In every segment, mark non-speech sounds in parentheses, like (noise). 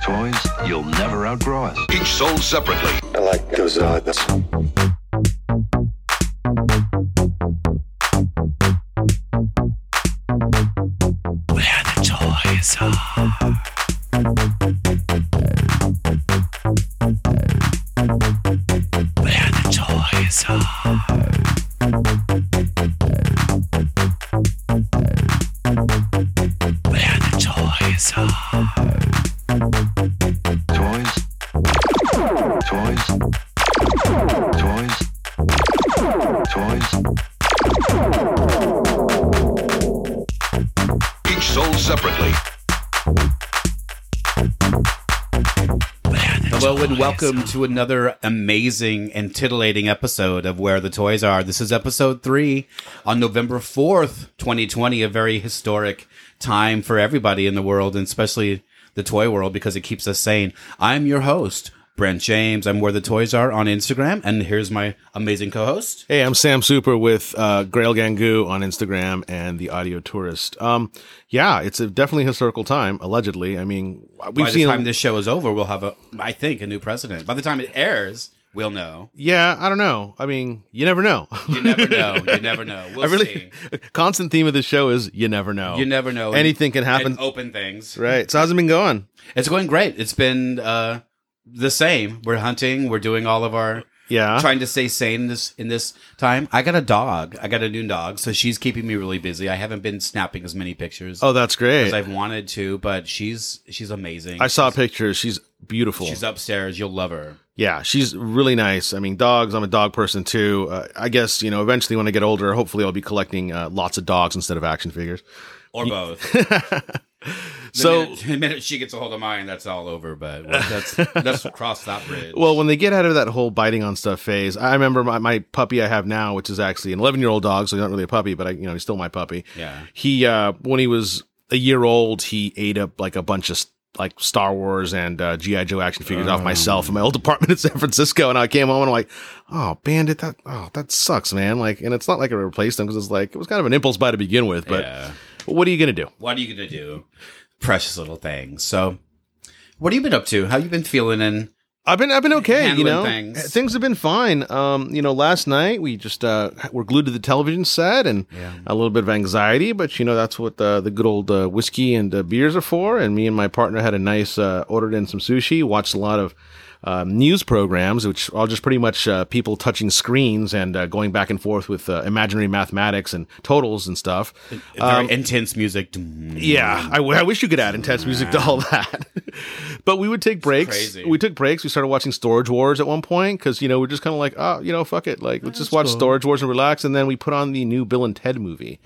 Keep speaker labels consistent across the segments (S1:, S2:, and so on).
S1: toys, you'll never outgrow us.
S2: Each sold separately.
S3: I like those odds.
S4: Where the toys are. Where the toys are. Where the toys are.
S1: Toys. Toys. Toys. Toys.
S2: Each sold separately.
S4: Where the
S5: Hello and
S4: toys
S5: welcome
S4: are.
S5: to another amazing and titillating episode of Where the Toys Are. This is episode three on November 4th, 2020, a very historic time for everybody in the world and especially the toy world because it keeps us sane. I'm your host, Brent James. I'm Where the Toys Are on Instagram, and here's my amazing co host.
S6: Hey, I'm Sam Super with uh, Grail Gangu on Instagram and the Audio Tourist. Um, yeah, it's a definitely historical time, allegedly. I mean, we've
S5: By the
S6: seen.
S5: time this show is over, we'll have, a, I think, a new president. By the time it airs, we'll know.
S6: yeah, I don't know. I mean, you never know.
S5: (laughs)
S6: (laughs)
S5: You never know. You never know. We'll
S6: I
S5: see.
S6: really (laughs) constant theme of this show is you never know.
S5: You never know.
S6: Anything can happen.
S5: And open things.
S6: right. So how's it been going?
S5: It's going great. It's been uh, the same. We're hunting. We're doing all of our
S6: Yeah.
S5: trying to stay sane in this in this time. I got a dog. I got a new dog, so she's keeping me really busy. I haven't been snapping as many pictures
S6: oh, that's
S5: as
S6: great.
S5: I've wanted to, but she's she's amazing.
S6: I saw
S5: She's-
S6: pictures. She's beautiful.
S5: She's upstairs. You'll love her.
S6: Yeah, she's really nice. I mean, dogs. I'm a dog person too. Uh, I guess you know. Eventually, when I get older, hopefully, I'll be collecting uh, lots of dogs instead of action figures.
S5: Or
S6: (laughs)
S5: both. The
S6: so,
S5: minute, (laughs) the minute she gets a hold of mine, that's all over. But well, that's
S6: (laughs)
S5: that's cross that bridge.
S6: well, when they get out of that whole biting on stuff phase, I remember my, my puppy I have now, which is actually an 11 year old dog, so he's not really a puppy, but I, you know, he's still my puppy.
S5: Yeah.
S6: He, uh, when he was a year old, he ate up like a bunch of s- like Star Wars and uh, GI Joe action figures
S5: Oh.
S6: off myself in my old (laughs) apartment in San Francisco, and I came home and I'm like, oh, Bandit, that oh that sucks, man. Like, and it's not like I replaced him because it's like it was kind of an impulse buy to begin with, but
S5: yeah.
S6: what are you gonna do?
S5: what are you gonna do? Precious little thing. So, what have you been up to? How you been feeling? And
S6: I've been I've been okay, you
S5: Handling
S6: know.
S5: things.
S6: Things. have been fine. Um, you know, last night we just uh were glued to the television set and a little bit of anxiety, but you know that's what the the good old uh, whiskey and uh, beers are for. And me and my partner had a nice uh, ordered in some sushi, watched a lot of uh, news programs, which are just pretty much uh, people touching screens and uh, going back and forth with uh, imaginary mathematics and totals and stuff.
S5: very intense music.
S6: Yeah, I, w- I wish you could add intense music to all that. (laughs) but we would take breaks.
S5: crazy.
S6: We took breaks. We started watching Storage Wars at one point because you know we're just kind of like, oh, you know, fuck it, like let's just watch Storage Wars and relax. And then we put on the new Bill and Ted movie,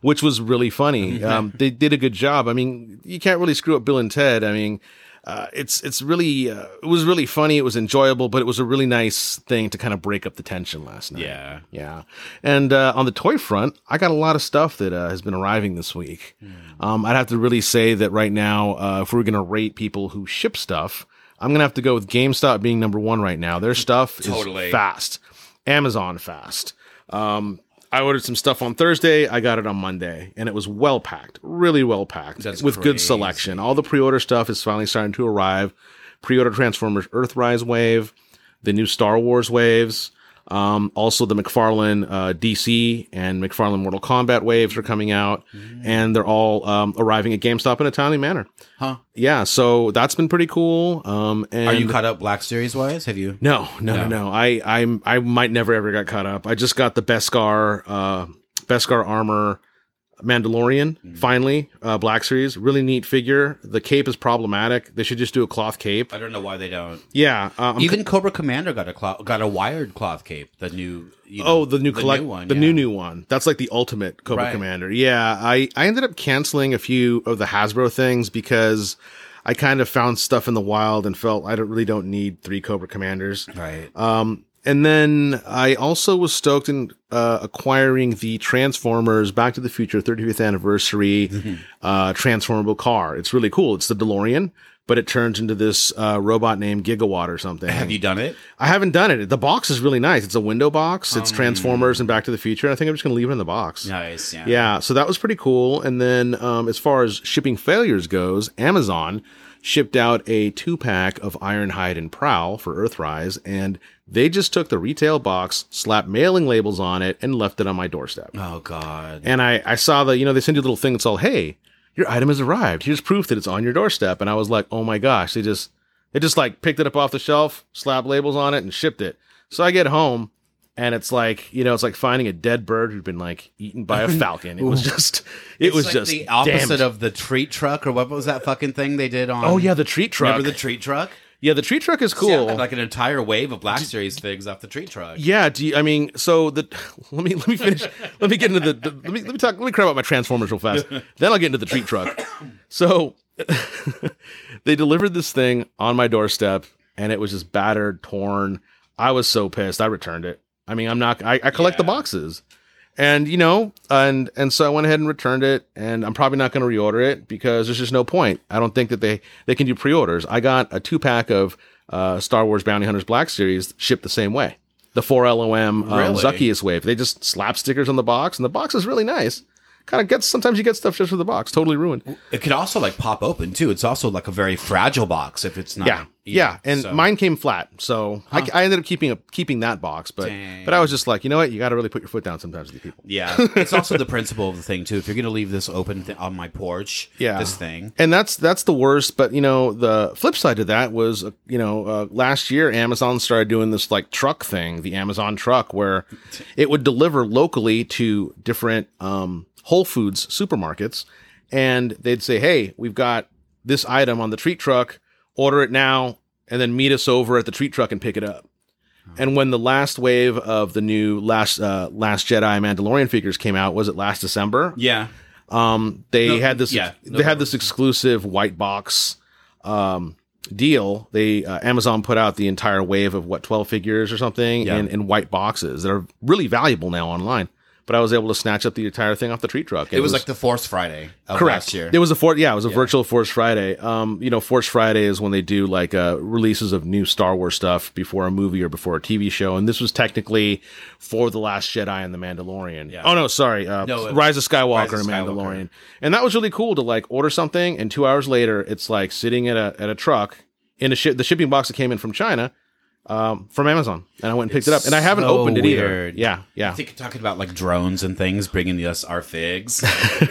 S6: which was really funny. Um, they did a good job. I mean, you can't really screw up Bill and Ted. I mean. Uh, it's it's really uh, it was really funny. It was enjoyable, but it was a really nice thing to kind of break up the tension last night.
S5: Yeah.
S6: Yeah. And uh, on the toy front, I got a lot of stuff that uh, has been arriving this week. Um, I'd have to really say that right now, uh, if we are going to rate people who ship stuff, I'm going to have to go with GameStop being number one right now. Their stuff
S5: Totally.
S6: is fast, Amazon fast. Um, I ordered some stuff on Thursday. I got it on Monday, and it was well packed, really well packed,
S5: That's
S6: with good
S5: crazy.
S6: selection. All the pre-order stuff is finally starting to arrive. Pre-order Transformers Earthrise wave, the new Star Wars waves, um, also the McFarlane uh, DC and McFarlane Mortal Kombat waves are coming out,
S5: Mm.
S6: and they're all um, arriving at GameStop in a timely manner.
S5: Huh.
S6: Yeah, so that's been pretty cool. Um, and
S5: Are you caught up Black Series wise? Have you?
S6: no, no, no,
S5: No.
S6: no. I, I, I might never ever got caught up. I just got the Beskar, uh, Beskar armor, Mandalorian.
S5: Mm.
S6: Finally, uh, Black Series, really neat figure. The cape is problematic. They should just do a cloth cape.
S5: I don't know why they don't.
S6: Yeah. Uh, I'm-
S5: Even Cobra Commander got a cloth, got a wired cloth cape. The new. You know,
S6: oh, the new collect,
S5: one,
S6: the
S5: yeah.
S6: new new one. That's like the ultimate Cobra
S5: Right.
S6: Commander. Yeah. I, I ended up canceling a few of the Hasbro things because. I kind of found stuff in the wild and felt I don't really don't need three Cobra Commanders.
S5: Right.
S6: Um, and then I also was stoked in uh, acquiring the Transformers Back to the Future 35th anniversary
S5: Mm-hmm.
S6: uh, transformable car. It's really cool. It's the DeLorean, but it turns into this uh, robot named Gigawatt or something.
S5: Have you done it?
S6: I haven't done it. The box is really nice. It's a window box. It's Transformers and Back to the Future. And I think I'm just going to leave it in the box.
S5: Nice. Um, Yeah.
S6: Yeah, so that was pretty cool. And then um, as far as shipping failures goes, Amazon shipped out a two pack of Ironhide and Prowl for Earthrise, and they just took the retail box, slapped mailing labels on it, and left it on my doorstep.
S5: Oh God.
S6: And I, I saw the, you know, they send you a little thing that's all, hey, your item has arrived. Here's proof that it's on your doorstep. And I was like, oh my gosh, they just, they just like picked it up off the shelf, slapped labels on it, and shipped it. So I get home, and it's like, you know, it's like finding a dead bird who'd been like eaten
S5: (laughs)
S6: by a falcon. It was just, it
S5: It's
S6: was
S5: like
S6: just
S5: the opposite
S6: damaged.
S5: of um, the treat truck, or what was that fucking thing they did on?
S6: Oh yeah, the treat truck.
S5: remember the treat truck?
S6: yeah, the treat truck is cool.
S5: Yeah, like an entire wave of Black Series figs off the treat truck.
S6: Yeah, do you, I mean, so the (laughs) let me let me finish. let me get into the, the let me let me talk. Let me cry about my Transformers real fast. then I'll get into the treat truck. So (laughs) they delivered this thing on my doorstep, and it was just battered, torn. I was so pissed. I returned it. I mean, I'm not. I, I collect the boxes, and you know, and and so I went ahead and returned it, and I'm probably not going to reorder it because there's just no point. I don't think that they they can do pre-orders. I got a two pack of uh, Star Wars Bounty Hunters Black Series shipped the same way. The four LOM um,
S5: Really?
S6: Zuckius wave. They just slap stickers on the box, and the box is really nice. Kind of gets sometimes you get stuff just for the box, totally ruined.
S5: It could also like pop open too. It's also like a very fragile box if it's not.
S6: Yeah, yeah, and
S5: so-
S6: mine came flat, so I, I ended up keeping a, keeping that box, but but I was just like, you know what, you got to really put your foot down sometimes with these people. (laughs)
S5: Yeah, it's also the principle of the thing too. If you're gonna leave this open th- on my porch,
S6: Yeah.
S5: this thing.
S6: Mm-hmm. And that's that's the worst. But you know, the flip side to that was, uh, you know, uh, last year Amazon started doing this like truck thing, the Amazon truck, where it would deliver locally to different um, Whole Foods supermarkets, and they'd say, hey, we've got this item on the treat truck, order it now, and then meet us over at the treat truck and pick it up. And when the last wave of the new last uh, last Jedi Mandalorian figures came out, was it last December?
S5: Yeah,
S6: Um, they
S5: No,
S6: had this.
S5: yeah,
S6: they had this exclusive white box um, deal. They uh, Amazon put out the entire wave of what twelve figures or something
S5: Yeah.
S6: in, in white boxes that are really valuable now online. But I was able to snatch up the entire thing off the tree truck.
S5: it was, like the Force Friday of last year.
S6: It was a for yeah, it was a virtual Force Friday. Um, you know, Force Friday is when they do like uh, releases of new Star Wars stuff before a movie or before a TV show, and this was technically for the Last Jedi and the Mandalorian.
S5: Yeah.
S6: Oh no, sorry, uh,
S5: No, it-
S6: Rise of Skywalker
S5: Rise of
S6: and
S5: Skywalker.
S6: Mandalorian, and that was really cool to like order something, and two hours later, it's like sitting at a at a truck in a ship the shipping box that came in from China. Um, from Amazon, and I went and picked it up, and I haven't
S5: so
S6: opened it
S5: weird.
S6: either. Yeah, yeah,
S5: I think you're talking about like drones and things bringing us our
S6: (laughs)
S5: figs.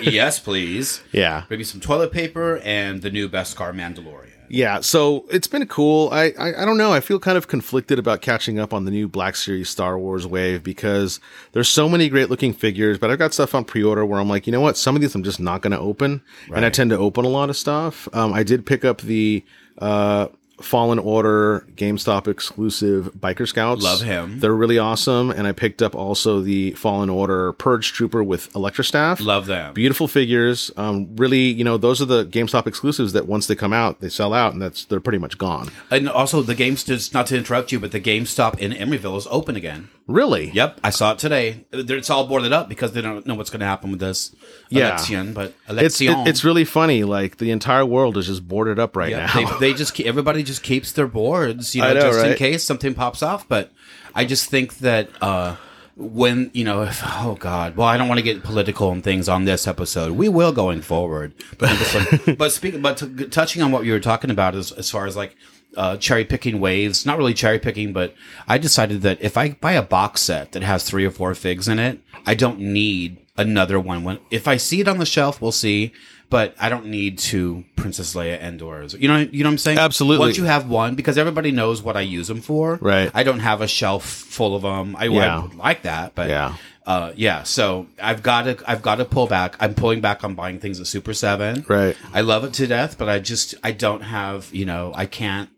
S5: yes, please.
S6: yeah.
S5: Maybe some toilet paper and the new Beskar Mandalorian.
S6: Yeah, so it's been cool. I, I I don't know. I feel kind of conflicted about catching up on the new Black Series Star Wars wave because there's so many great looking figures, but I've got stuff on pre-order where I'm like, you know what? Some of these I'm just not going to open, and I tend to open a lot of stuff. Um, I did pick up the uh, Fallen Order GameStop exclusive Biker Scouts.
S5: Love him.
S6: They're really awesome, and I picked up also the Fallen Order Purge Trooper with Electrostaff
S5: Love them.
S6: beautiful figures. Um, really, you know, those are the GameStop exclusives that once they come out, they sell out, and that's they're pretty much gone.
S5: And also the GameStop. Not to interrupt you, but the GameStop in Emeryville is open again.
S6: Really?
S5: Yep, I saw it today. It's all boarded up because they don't know what's going to happen with this
S6: Yeah.
S5: election. But
S6: It's
S5: election,
S6: it, it's really funny. Like the entire world is just boarded up right
S5: Yeah,
S6: now. (laughs)
S5: they, they just keep, everybody just keeps their boards, you know,
S6: I know,
S5: just in
S6: right?
S5: case something pops off. But I just think that uh, when you know, if, oh God, well, I don't want to get political and things on this episode. We will going forward, but I'm just like, but speaking, but t- touching on what you were talking about as as far as like. Uh, cherry picking waves, not really cherry picking, but I decided that if I buy a box set that has three or four figs in it, I don't need another one. When if I see it on the shelf, we'll see. But I don't need two Princess Leia Endors. You know, you know what I'm saying?
S6: Absolutely.
S5: Once you have one, because everybody knows what I use them for.
S6: Right.
S5: I don't have a shelf full of them. I, I
S6: Yeah.
S5: would like that, but
S6: Yeah.
S5: uh, yeah. So I've got to, I've got to pull back. I'm pulling back on buying things at Super Seven.
S6: Right.
S5: I love it to death, but I just, I don't have, you know, I can't.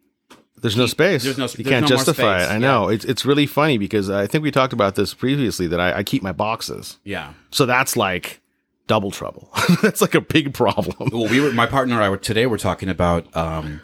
S6: There's no space.
S5: there's no-
S6: you
S5: there's
S6: can't
S5: no more
S6: justify
S5: space.
S6: it. I know. It's it's really funny because I think we talked about this previously that I, I keep my boxes,
S5: Yeah.
S6: so that's like double trouble. (laughs) that's like a big problem.
S5: Well, we were my partner and I were today. We're talking about um,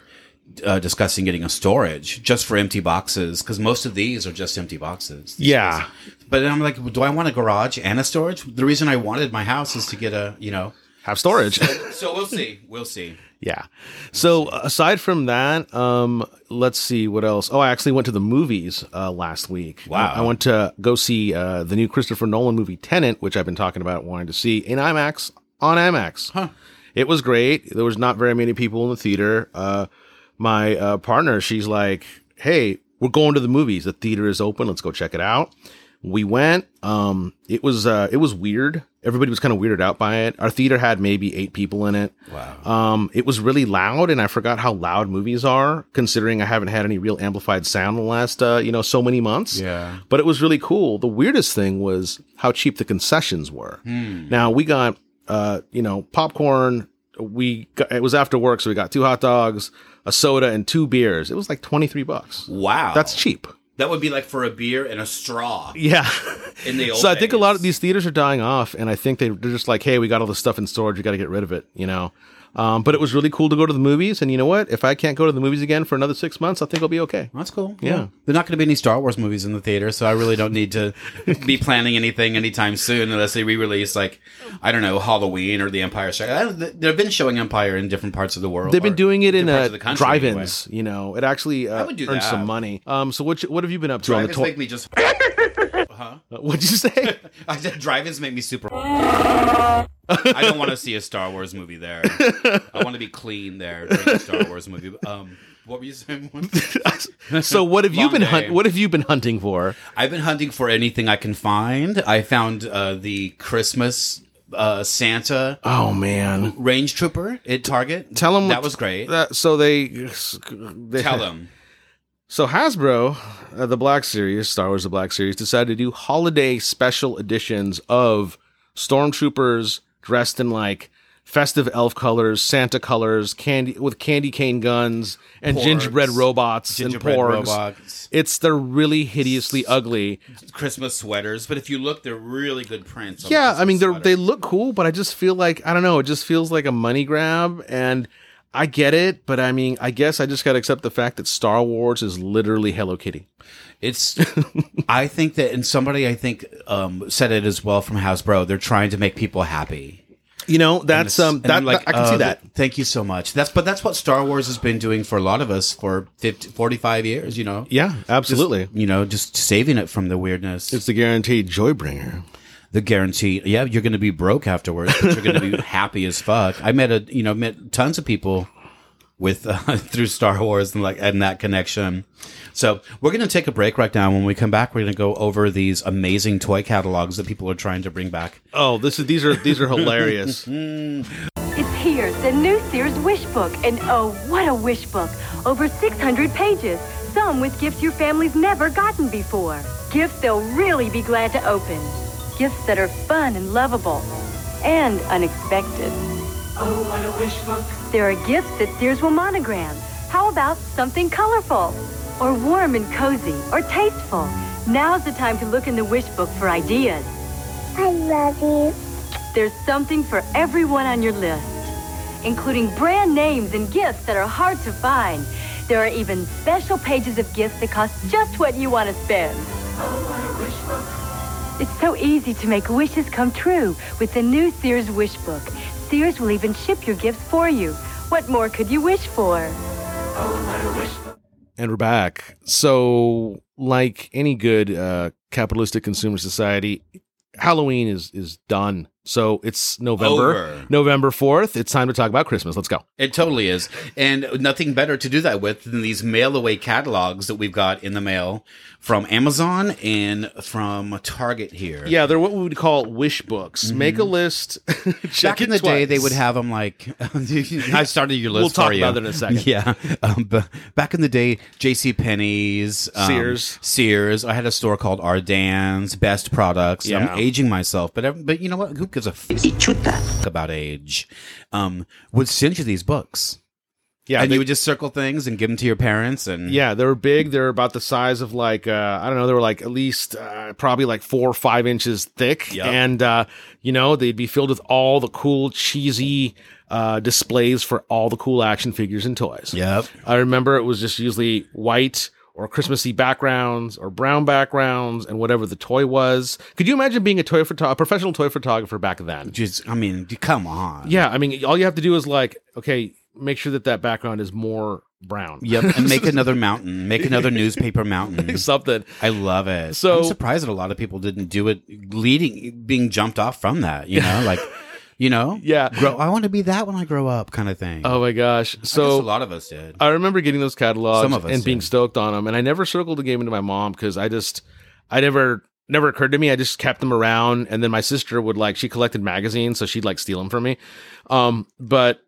S5: uh, discussing getting a storage just for empty boxes because most of these are just empty boxes.
S6: Yeah.
S5: But I'm like, do I want a garage and a storage? The reason I wanted my house is to get a, you know. (laughs)
S6: Have storage.
S5: So we'll see. We'll see.
S6: Yeah. So aside from that, um, let's see what else. Oh, I actually went to the movies uh, last week.
S5: Wow.
S6: I, I went to go see uh, the new Christopher Nolan movie Tenant, which I've been talking about wanting to see in IMAX on IMAX. Huh. It was great. There was not very many people in the theater. Uh, my uh, partner, she's like, "Hey, we're going to the movies. The theater is open. Let's go check it out." We went. Um, it was uh, it was weird. Everybody was kind of weirded out by it. Our theater had maybe eight people in it. Wow. Um, it was really loud, and I forgot how loud movies are, considering I haven't had any real amplified sound in the last uh, you know so many months.
S5: Yeah.
S6: But it was really cool. The weirdest thing was how cheap the concessions were.
S5: Hmm.
S6: Now we got uh, you know popcorn. We got, it was after work, so we got two hot dogs, a soda, and two beers. It was like twenty three bucks.
S5: Wow.
S6: That's cheap.
S5: that would be like for a beer and a straw
S6: Yeah.
S5: (laughs) in the old
S6: so I think a lot of
S5: days.
S6: these theaters are dying off, and I think they, they're just like, hey, we got all this stuff in storage, we got to get rid of it, you know. Um, but it was really cool to go to the movies, and you know what? If I can't go to the movies again for another six months, I think I'll be okay.
S5: That's cool.
S6: Yeah.
S5: There're not going to be any Star Wars movies in the theater, so I really don't need
S6: (laughs)
S5: to be planning anything anytime soon unless they re-release like I don't know Halloween or The Empire Strikes. I don't- They've been showing Empire in different parts of the world.
S6: They've been
S5: or
S6: doing it in
S5: different parts
S6: uh,
S5: of the country,
S6: drive-ins. You know, it actually uh,
S5: would do
S6: earned
S5: that.
S6: some money. Um, so what? You, what have you been up to
S5: Anyway. Drive-ins
S6: on the
S5: make
S6: toy?
S5: me just.
S6: What'd
S5: (laughs)
S6: you say? (laughs)
S5: I said drive-ins make me super. I don't want to see a Star Wars movie there. I want to be clean there during a Star Wars movie. Um, what were you saying?
S6: so what have you
S5: Long
S6: been?
S5: day.
S6: Hunt- what have you been hunting for?
S5: I've been hunting for anything I can find. I found uh, the Christmas uh, Santa
S6: Oh man.
S5: Range Trooper at Target.
S6: Tell them
S5: that was great.
S6: That, so they, they
S5: Tell
S6: (laughs)
S5: them
S6: So Hasbro, uh, the Black Series, Star Wars: The Black Series, decided to do holiday special editions of stormtroopers dressed in like festive elf colors, Santa colors, candy with candy cane guns, and
S5: Porgs.
S6: gingerbread robots
S5: gingerbread
S6: and porgs.
S5: robots,
S6: It's they're really hideously ugly.
S5: Christmas sweaters. But if you look, they're really good prints. on the
S6: Yeah, I
S5: Christmas
S6: mean they are
S5: sweater.
S6: they look cool, but I just feel like I don't know. It just feels like a money grab, and I get it, but I mean I guess I just got to accept the fact that Star Wars is literally Hello Kitty.
S5: It's. I think that, and somebody I think um, said it as well from Hasbro. They're trying to make people happy.
S6: You know that's um
S5: And
S6: that
S5: I'm
S6: I can see
S5: uh,
S6: that.
S5: Thank you so much. That's but that's what Star Wars has been doing for a lot of us for 50, 45 years. You know.
S6: Yeah, absolutely.
S5: You know, just saving it from the weirdness.
S6: it's the guaranteed joy bringer.
S5: the guarantee yeah you're gonna be broke afterwards but you're gonna
S6: (laughs)
S5: be happy as fuck i met a you know met tons of people with uh, (laughs) through star wars and like and that connection so we're gonna take a break right now when we come back we're gonna go over these amazing toy catalogs that people are trying to bring back
S6: Oh, this is these are these (laughs) are hilarious.
S3: It's here, the new Sears Wish Book. And oh, what a wish book! Over 600 pages, some with gifts your family's never gotten before. Gifts they'll really be glad to open. Gifts that are fun and lovable and unexpected.
S7: Oh, what a wish book.
S3: There are gifts that Sears will monogram. How about something colorful? Or warm and cozy? Or tasteful? Now's the time to look in the wish book for ideas.
S8: I love you.
S3: There's something for everyone on your list, including brand names and gifts that are hard to find. There are even special pages of gifts that cost just what you want to spend. It's so easy to make wishes come true with the new Sears Wish Book. Sears will even ship your gifts for you. What more could you wish for?
S6: and we're back. So, like any good uh, capitalistic consumer society, Halloween is is done. So it's November,
S5: Over.
S6: November fourth. It's time to talk about Christmas. Let's go.
S5: it totally is and nothing better to do that with than these mail away catalogs that we've got in the mail from amazon and from target here
S6: Yeah, they're what we would call wish books. Make a list. (laughs) check
S5: Back in
S6: it
S5: the day, they
S6: twice.
S5: would have them like. (laughs) I started your list.
S6: We'll talk
S5: for you.
S6: about it in a
S5: (laughs)
S6: second.
S5: Yeah. Um, but back in the day, J.C. Penney's, um,
S6: Sears.
S5: Sears. I had a store called Ardan's Best Products.
S6: Yeah.
S5: I'm aging myself, but ev- but you know what? Who gives a f- about age? Um, would send you these books,
S6: Yeah,
S5: and
S6: they-
S5: you would just circle things and give them to your parents, and
S6: Mm-hmm. Yeah, they were big. They were about the size of like uh, I don't know. They were like at least uh, probably like four or five inches thick,
S5: Yep.
S6: and uh, you know they'd be filled with all the cool cheesy uh, displays for all the cool action figures and toys.
S5: Yep.
S6: I remember it was just usually white or Christmassy backgrounds or brown backgrounds and whatever the toy was. Could you imagine being a toy photo- a professional toy photographer back then?
S5: Just, I mean, d- come on.
S6: Yeah, I mean all you have to do is like okay, make sure that that background is more brown.
S5: Yep.
S6: (laughs)
S5: And make another mountain. Make another newspaper mountain.
S6: Something.
S5: I love it.
S6: So-
S5: I'm surprised that a lot of people didn't do it leading being jumped off from that, you know, like (laughs) you know?
S6: Yeah.
S5: Grow, I want to be that when I grow up, kind of thing.
S6: Oh my gosh!
S5: I guess a
S6: So Uh,
S5: lot of us did.
S6: I remember getting those catalogs
S5: Some of us
S6: and being
S5: did.
S6: stoked on them, and I never circled the game into my mom because I just, I never, never occurred to me. I just kept them around, and then my sister would like she collected magazines, so she'd like steal them from me. Um, but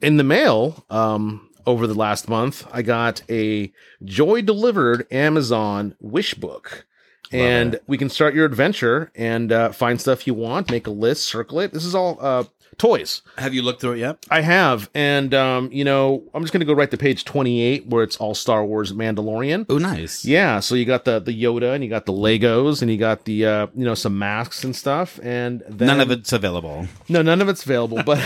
S6: in the mail, um, over the last month, I got a Joy Delivered Amazon wish book. And we can start your adventure and uh, find stuff you want, make a list, circle it. This is all uh, toys.
S5: Have you looked through it yet?
S6: I have, and um, you know, I'm just gonna go right to page 28 where it's all Star Wars Mandalorian.
S5: Oh, nice.
S6: Yeah, so you got the the Yoda, and you got the Legos, and you got the uh, you know some masks and stuff, and then,
S5: None of it's available.
S6: No, none of it's available, but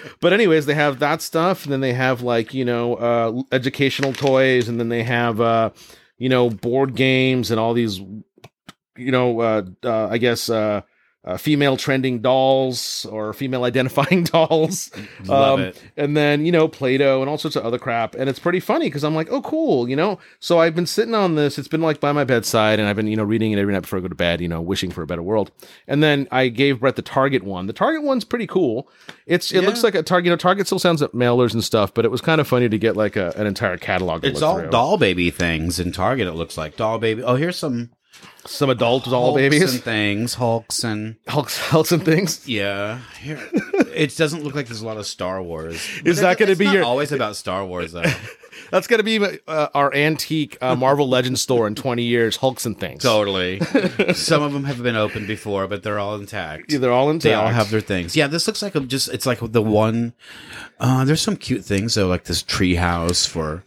S6: (laughs) but anyways, they have that stuff, and then they have like you know uh, educational toys, and then they have uh, you know board games and all these you know uh, uh, I guess. Uh, uh, female trending dolls or female (laughs) identifying dolls Um,
S5: Love it.
S6: and then you know play-doh and all sorts of other crap and it's pretty funny because i'm like oh cool you know so i've been sitting on this it's been like by my bedside and i've been you know reading it every night before i go to bed you know wishing for a better world and then i gave brett the target one the target one's pretty cool it's it looks like a target you know target still sounds at mailers and stuff but it was kind of funny to get like a, an entire catalog to
S5: It's
S6: look
S5: all
S6: through.
S5: doll baby things in Target. It looks like doll baby. Oh, here's some
S6: some adult doll
S5: Hulks and
S6: babies
S5: things, Hulks and
S6: (laughs) hulks hulks and things
S5: yeah.
S6: (laughs)
S5: Here, it doesn't look like there's a lot of Star Wars.
S6: Is that gonna
S5: to
S6: be your-
S5: always about Star Wars
S6: (laughs)
S5: though?
S6: that's gonna be uh, our antique uh, marvel legends store in 20 years hulks and things (laughs)
S5: totally. Some of them have been opened before, but they're all intact.
S6: Yeah, they're all intact
S5: They all have their things. Yeah, this looks like a, just it's like the one. Uh, there's some cute things though, like this tree house for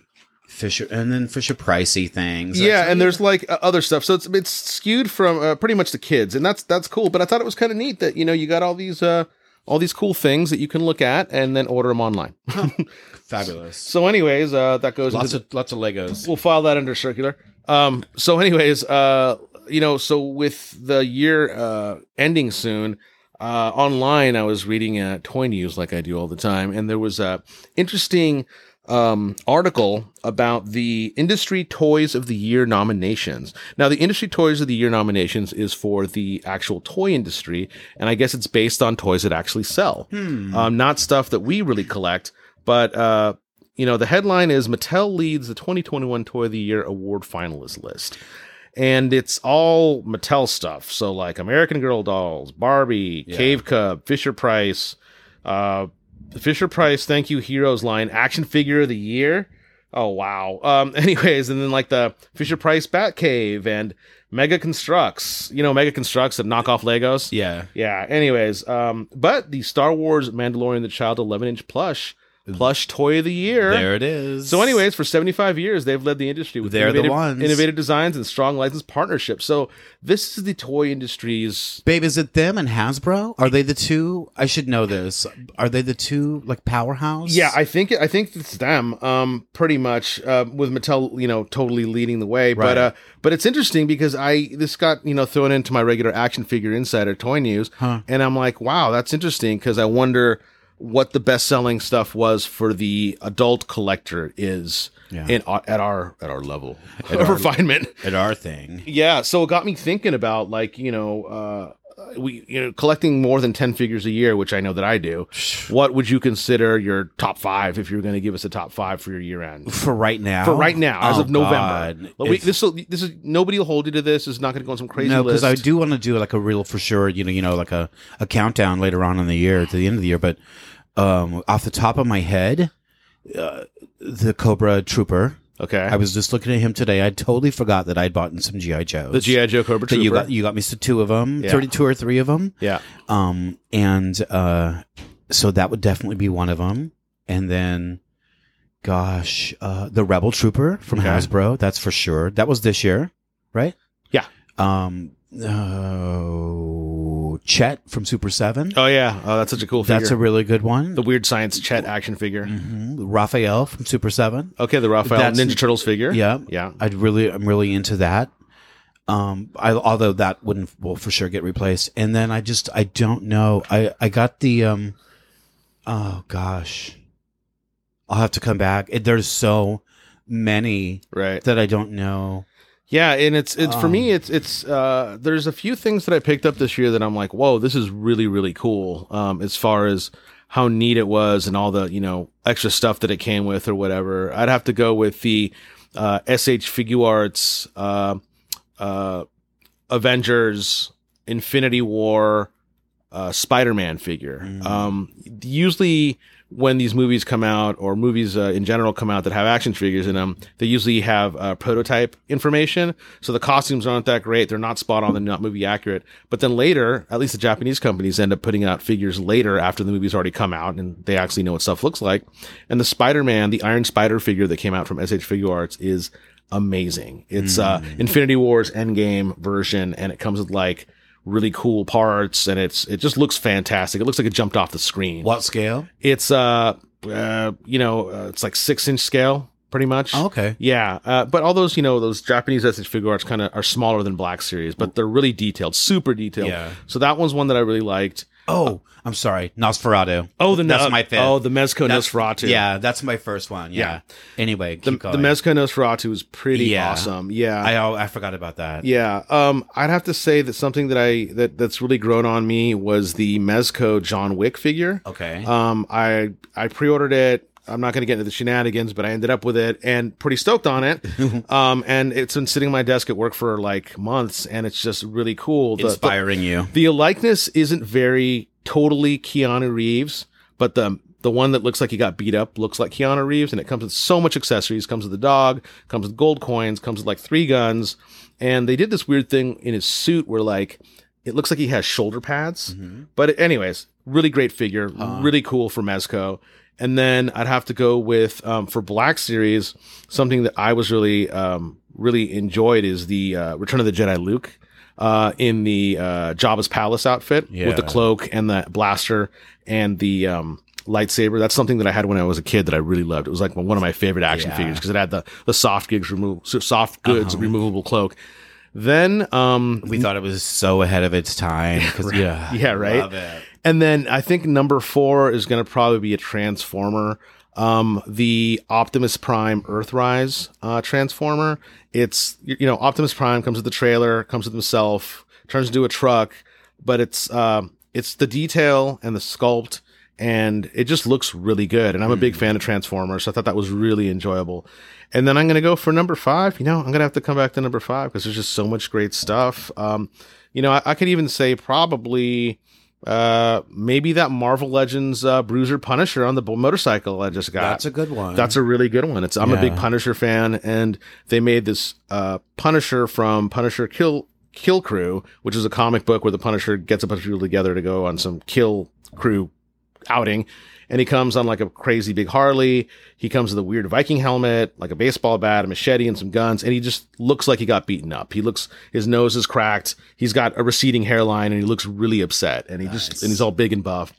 S5: Fisher, and then Fisher Pricey things.
S6: yeah,
S5: That's-
S6: and there's like uh, other stuff. So it's it's skewed from uh, pretty much the kids, and that's that's cool. But I thought it was kind of neat that you know you got all these uh, all these cool things that you can look at and then order them online. (laughs)
S5: fabulous.
S6: so, anyways, uh, that goes
S5: Lots
S6: into
S5: of lots of Legos.
S6: we'll file that under circular. Um, so, anyways, uh, you know, so with the year uh, ending soon, uh, online I was reading uh, toy news like I do all the time, and there was a interesting um, article about the industry toys of the year nominations. Now, the industry toys of the year nominations is for the actual toy industry, and I guess it's based on toys that actually sell, um, not stuff that we really collect. But uh, you know, the headline is Mattel leads the 2021 Toy of the Year award finalist list. And it's all Mattel stuff. So, like American Girl dolls, Barbie, Cave Cub, Fisher Price, uh, Fisher Price, Thank You Heroes line, action figure of the year. Oh, wow. Um, (laughs) anyways, and then like the Fisher Price Batcave and Mega Constructs, you know, Mega Constructs that knock off Legos.
S5: Yeah.
S6: Yeah. Anyways, um, but the Star Wars Mandalorian the Child 11 inch plush plush toy of the year.
S5: There it is.
S6: so, anyways, for 75 years, they've led the industry with
S5: They're the
S6: innovative,
S5: ones.
S6: innovative designs and strong licensed partnerships. So, this is the toy industry's.
S5: Babe, is it them and Hasbro? Are they the two? I should know this. Are they the two like powerhouse?
S6: Yeah, I think I think it's them, um, pretty much, uh, with Mattel, you know, totally leading the way.
S5: Right.
S6: But uh, but it's interesting because I this got you know thrown into my regular action figure insider toy news, and I'm like, wow, that's interesting because I wonder what the best selling stuff was for the adult collector is
S5: Yeah.
S6: in at our at our level
S5: (laughs)
S6: of refinement.
S5: at our thing.
S6: Yeah, so it got me thinking about like you know uh, we you know collecting more than ten figures a year, which I know that
S5: (sighs)
S6: I do. What would you consider your top five if you were going to give us a top five for your year end?
S5: For right now,
S6: For right now, as
S5: Oh,
S6: of November,
S5: God.
S6: But we,
S5: If-
S6: this will, this is nobody will hold you to this. It's not going to go on some crazy
S5: no, because
S6: list.
S5: I do want to do like a real for sure. You know, you know, like a, a countdown later on in the year to the end of the year. But um, off the top of my head, uh, the Cobra Trooper.
S6: Okay,
S5: I was just looking at him today. I totally forgot that I'd bought in some GI Joes.
S6: the GI Joe Cobra
S5: So
S6: Trooper.
S5: you got you got me to two of them,
S6: Yeah.
S5: thirty-two or three of them.
S6: yeah,
S5: Um, and uh, so that would definitely be one of them. And then, gosh, uh, the Rebel Trooper from
S6: Okay.
S5: Hasbro, that's for sure. That was this year, right?
S6: Yeah.
S5: Um, oh, Chet from Super Seven.
S6: oh yeah, oh that's such a cool. Figure.
S5: that's a really good one.
S6: the weird science Chet action figure.
S5: Mhm. Raphael from Super Seven.
S6: Okay, the Raphael
S5: That's-
S6: Ninja Turtles figure.
S5: Yeah,
S6: yeah.
S5: I'd really, I'm really into that. Um, I although that wouldn't will for sure get replaced. And then I just, I don't know. I I got the um, oh gosh, I'll have to come back. It, there's so many
S6: Right.
S5: that I don't know.
S6: Yeah, and it's it's for me it's it's uh there's a few things that I picked up this year that I'm like, "Whoa, this is really really cool." Um as far as how neat it was and all the, you know, extra stuff that it came with or whatever. I'd have to go with the uh SH Figure Arts uh uh Avengers Infinity War uh, Spider-Man figure. Um, usually, when these movies come out, or movies uh, in general come out that have action figures in them, they usually have uh, prototype information. So the costumes aren't that great; they're not spot on, they're not movie accurate. But then later, at least the Japanese companies end up putting out figures later after the movie's already come out, and they actually know what stuff looks like. And the Spider-Man, the Iron Spider figure that came out from SH Figure Arts, is amazing. It's uh, Infinity War's Endgame version, and it comes with like really cool parts and it's it just looks fantastic it looks like it jumped off the screen
S5: What scale?
S6: it's uh, uh you know uh, it's like six inch scale pretty much
S5: Oh, okay.
S6: yeah uh, but all those you know those japanese essence figure arts kind of are smaller than black series but they're really detailed super detailed
S5: Yeah.
S6: so that one's one that i really liked
S5: Oh, I'm sorry, Nosferatu.
S6: oh the
S5: that's
S6: Nes-
S5: my fifth.
S6: oh the mezco
S5: That's-
S6: nosferatu
S5: Yeah, that's my first one. Yeah. Anyway,
S6: the,
S5: keep
S6: the
S5: going.
S6: mezco nosferatu is pretty
S5: Yeah.
S6: awesome yeah
S5: I oh, I forgot about that.
S6: Yeah, um, I'd have to say that something that I that that's really grown on me was the Mezco John Wick figure.
S5: Okay.
S6: Um, I I pre-ordered it. I'm not going to get into the shenanigans, but I ended up with it and pretty stoked
S5: (laughs)
S6: on it. um, and it's been sitting on my desk at work for like months, and it's just really cool. The- the-
S5: Inspiring you.
S6: the likeness isn't very totally Keanu Reeves, but the the one that looks like he got beat up looks like Keanu Reeves, and it comes with so much accessories. Comes with a dog, comes with gold coins, comes with like three guns, and they did this weird thing in his suit where like it looks like he has shoulder pads.
S5: Mm-hmm.
S6: But anyways, really great figure,
S5: Uh-huh.
S6: really cool for Mezco. And then I'd have to go with um, for Black Series something that I was really um, really enjoyed is the uh, Return of the Jedi Luke uh, in the uh, Jabba's palace outfit with the
S5: Yeah.
S6: cloak and the blaster and the um, lightsaber. That's something that I had when I was a kid that I really loved. It was like one of my favorite action
S5: Yeah. Uh-huh.
S6: figures because it had the the soft gigs remove soft goods removable cloak. Then um,
S5: We thought it was so ahead of its time.
S6: (laughs)
S5: 'cause- Yeah.
S6: yeah, right.
S5: Love it.
S6: And then I think number four is going to probably be a Transformer. Um, the Optimus Prime Earthrise uh, Transformer. It's you you know Optimus Prime comes with the trailer, comes with himself, turns into a truck, but it's um it's the detail and the sculpt, and it just looks really good. And I'm a big fan of Transformers, so I thought that was really enjoyable. And then I'm going to go for number five. You know, I'm going to have to come back to number five because there's just so much great stuff. Um, you know, I, I could even say probably uh, maybe that Marvel Legends uh, Bruiser Punisher on the b- motorcycle I just got.
S5: That's a good one.
S6: That's a really good one. It's I'm a big
S5: Yeah.
S6: Punisher fan, and they made this uh, Punisher from Punisher Kill Kill Crew, which is a comic book where the Punisher gets a bunch of people together to go on some Kill Crew outing. And he comes on like a crazy big Harley. He comes with a weird Viking helmet, like a baseball bat, a machete, and some guns. And he just looks like he got beaten up. He looks, his nose is cracked. He's got a receding hairline and he looks really upset. And he just, and he's all big and buff.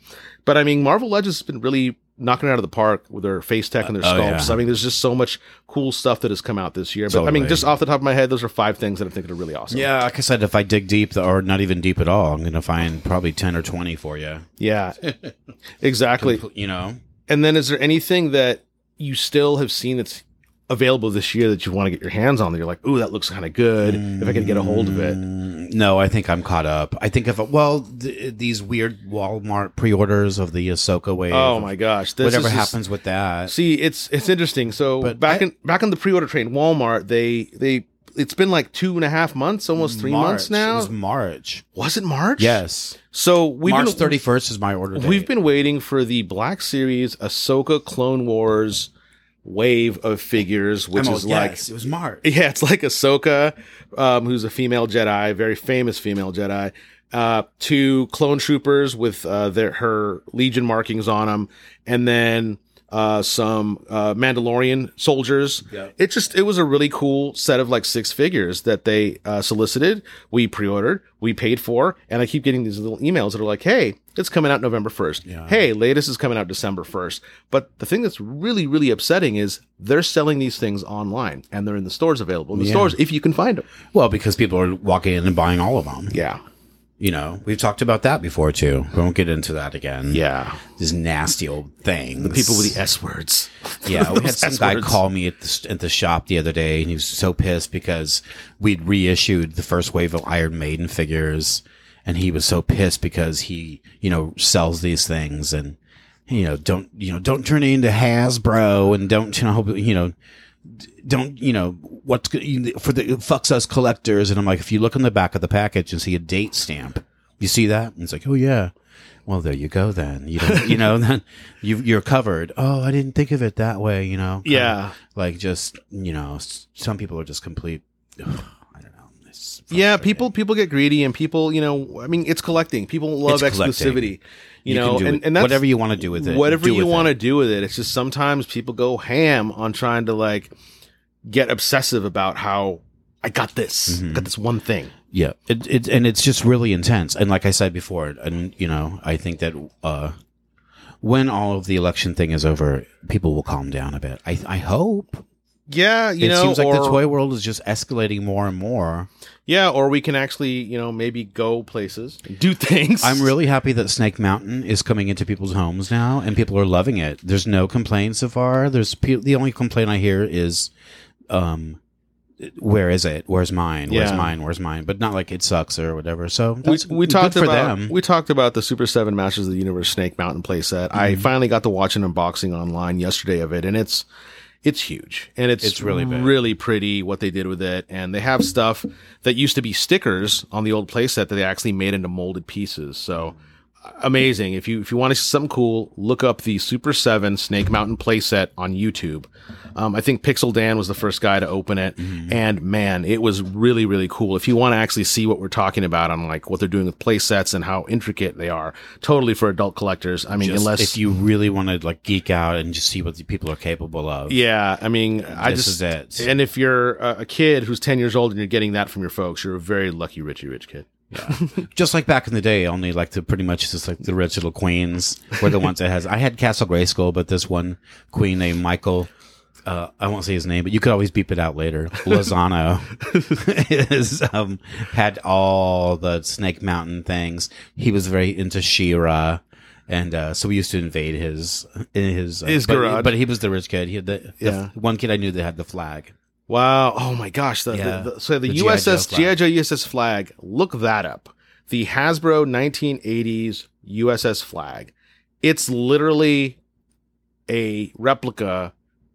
S6: But I mean, Marvel Legends has been really knocking it out of the park with their face tech and their
S5: oh,
S6: sculpts.
S5: yeah.
S6: I mean, there's just so much cool stuff that has come out this year. But I mean,
S5: Totally.
S6: just off the top of my head, those are five things that I think are really awesome.
S5: Yeah, like I said, if I dig deep, or not even deep at all, I'm going to find probably 10 or 20 for you. (laughs)
S6: Yeah. exactly.
S5: You know?
S6: And then is there anything that you still have seen that's available this year that you want to get your hands on that you're like, ooh, that looks kind of good if I could get a hold of
S5: Mm.
S6: it?
S5: No, I think I'm caught up. I think if, well, th- these weird Walmart pre orders of the Ahsoka wave.
S6: Oh my gosh. This
S5: Whatever
S6: is just-
S5: happens with that.
S6: See, it's it's interesting. So
S5: But
S6: back
S5: I-
S6: in back on the pre-order train, Walmart, they they it's been like two and a half months, almost three months
S5: March.
S6: now.
S5: It
S6: Was,
S5: was March.
S6: it March?
S5: Yes.
S6: So we've
S5: March
S6: been,
S5: 31st is my order date.
S6: We've been waiting for the Black Series Ahsoka Clone Wars wave of figures, which
S5: I'm
S6: is
S5: all,
S6: like
S5: yes, it was March.
S6: (laughs) Yeah, it's like Ahsoka, um, who's a female Jedi, very famous female Jedi, uh, to clone troopers with uh, their her Legion markings on them, and then uh, some uh, Mandalorian soldiers.
S5: Yeah.
S6: It just it was a really cool set of like six figures that they uh, solicited. We pre-ordered, we paid for, and I keep getting these little emails that are like, "Hey, it's coming out November first. Hey, latest is coming out December first. But the thing that's really really upsetting is they're selling these things online and they're in the stores available in the stores if you can find them.
S5: Well, because people are walking in and buying all of them.
S6: Yeah.
S5: You know, we've talked about that before too. We won't get into that again.
S6: Yeah.
S5: These nasty old things. The
S6: People with the S words.
S5: (laughs) Yeah, we had
S6: Those
S5: some
S6: (laughs) S
S5: guy
S6: words.
S5: call me at the st- at the shop the other day, and he was so pissed because we'd reissued the first wave of Iron Maiden figures, and he was so pissed because he you know sells these things and you know don't you know don't turn it into Hasbro and don't you know you know don't you know what's go- you- for the it fucks us collectors and i'm like if you look on the back of the package and see a date stamp you see that and it's like oh yeah well there you go then you don't, you know (laughs) then you you're covered oh i didn't think of it that way you know kinda
S6: Yeah.
S5: like just you know s- some people are just complete (sighs) i don't know it's
S6: Yeah, people people get greedy and people, you know, I mean, it's collecting. People love
S5: It's collecting.
S6: exclusivity.
S5: You
S6: You,
S5: can
S6: know,
S5: do
S6: and,
S5: it-
S6: and that's
S5: whatever you wanna do with it,
S6: Whatever
S5: do
S6: you
S5: with
S6: want to
S5: it.
S6: do with it. It's just sometimes people go ham on trying to like get obsessive about how I got this, I got this one thing.
S5: yeah it, it and it's just really intense and like i said before and you know i think that uh when all of the election thing is over people will calm down a bit i i hope
S6: Yeah, you
S5: it
S6: know,
S5: seems like the
S6: or-
S5: toy world is just escalating more and more
S6: yeah, or we can actually, you know, maybe go places, do things.
S5: i'm really happy that snake mountain is coming into people's homes now and people are loving it there's no complaints so far there's pe- the only complaint i hear is um where is it where's mine where's
S6: Yeah.
S5: mine where's mine but not like it sucks or whatever so
S6: we,
S5: that's
S6: we
S5: good
S6: talked
S5: for
S6: about
S5: them
S6: we talked about the Super Seven Masters of the Universe Snake Mountain playset.
S5: Mm-hmm.
S6: I finally got to watch an unboxing online yesterday of it, and it's it's huge and it's,
S5: It's really big.
S6: really pretty what they did with it. And they have stuff that used to be stickers on the old playset that they actually made into molded pieces. So amazing! If you if you want to see something cool, look up the Super Seven Snake Mountain playset on YouTube. Um, I think Pixel Dan was the first guy to open it,
S5: Mm-hmm.
S6: and man, it was really really cool. If you want to actually see what we're talking about on like what they're doing with playsets and how intricate they are, totally for adult collectors. I mean,
S5: Just
S6: unless
S5: if you really want to like geek out and just see what the people are capable of.
S6: Yeah, I mean, I
S5: This
S6: just
S5: is it.
S6: and if you're a, a kid who's ten years old and you're getting that from your folks, you're a very lucky, richy rich kid.
S5: Just like back in the day, only like the pretty much just like the rich little queens were the ones that has. I had Castle Grayskull, but this one queen named Michael. Uh, I won't say his name, but you could always beep it out later. Lozano (laughs) is, um, had all the Snake Mountain things. He was very into She-Ra, and uh, so we used to invade his in his uh,
S6: His
S5: but-
S6: garage.
S5: But he was the rich kid. He had the, the
S6: Yeah.
S5: one kid I knew that had the flag.
S6: Wow! Oh my gosh! The,
S5: Yeah.
S6: the, the, so the,
S5: The G.I. Joe
S6: USS
S5: flag.
S6: GI Joe USS flag. Look that up. The Hasbro 1980s USS flag. It's literally a replica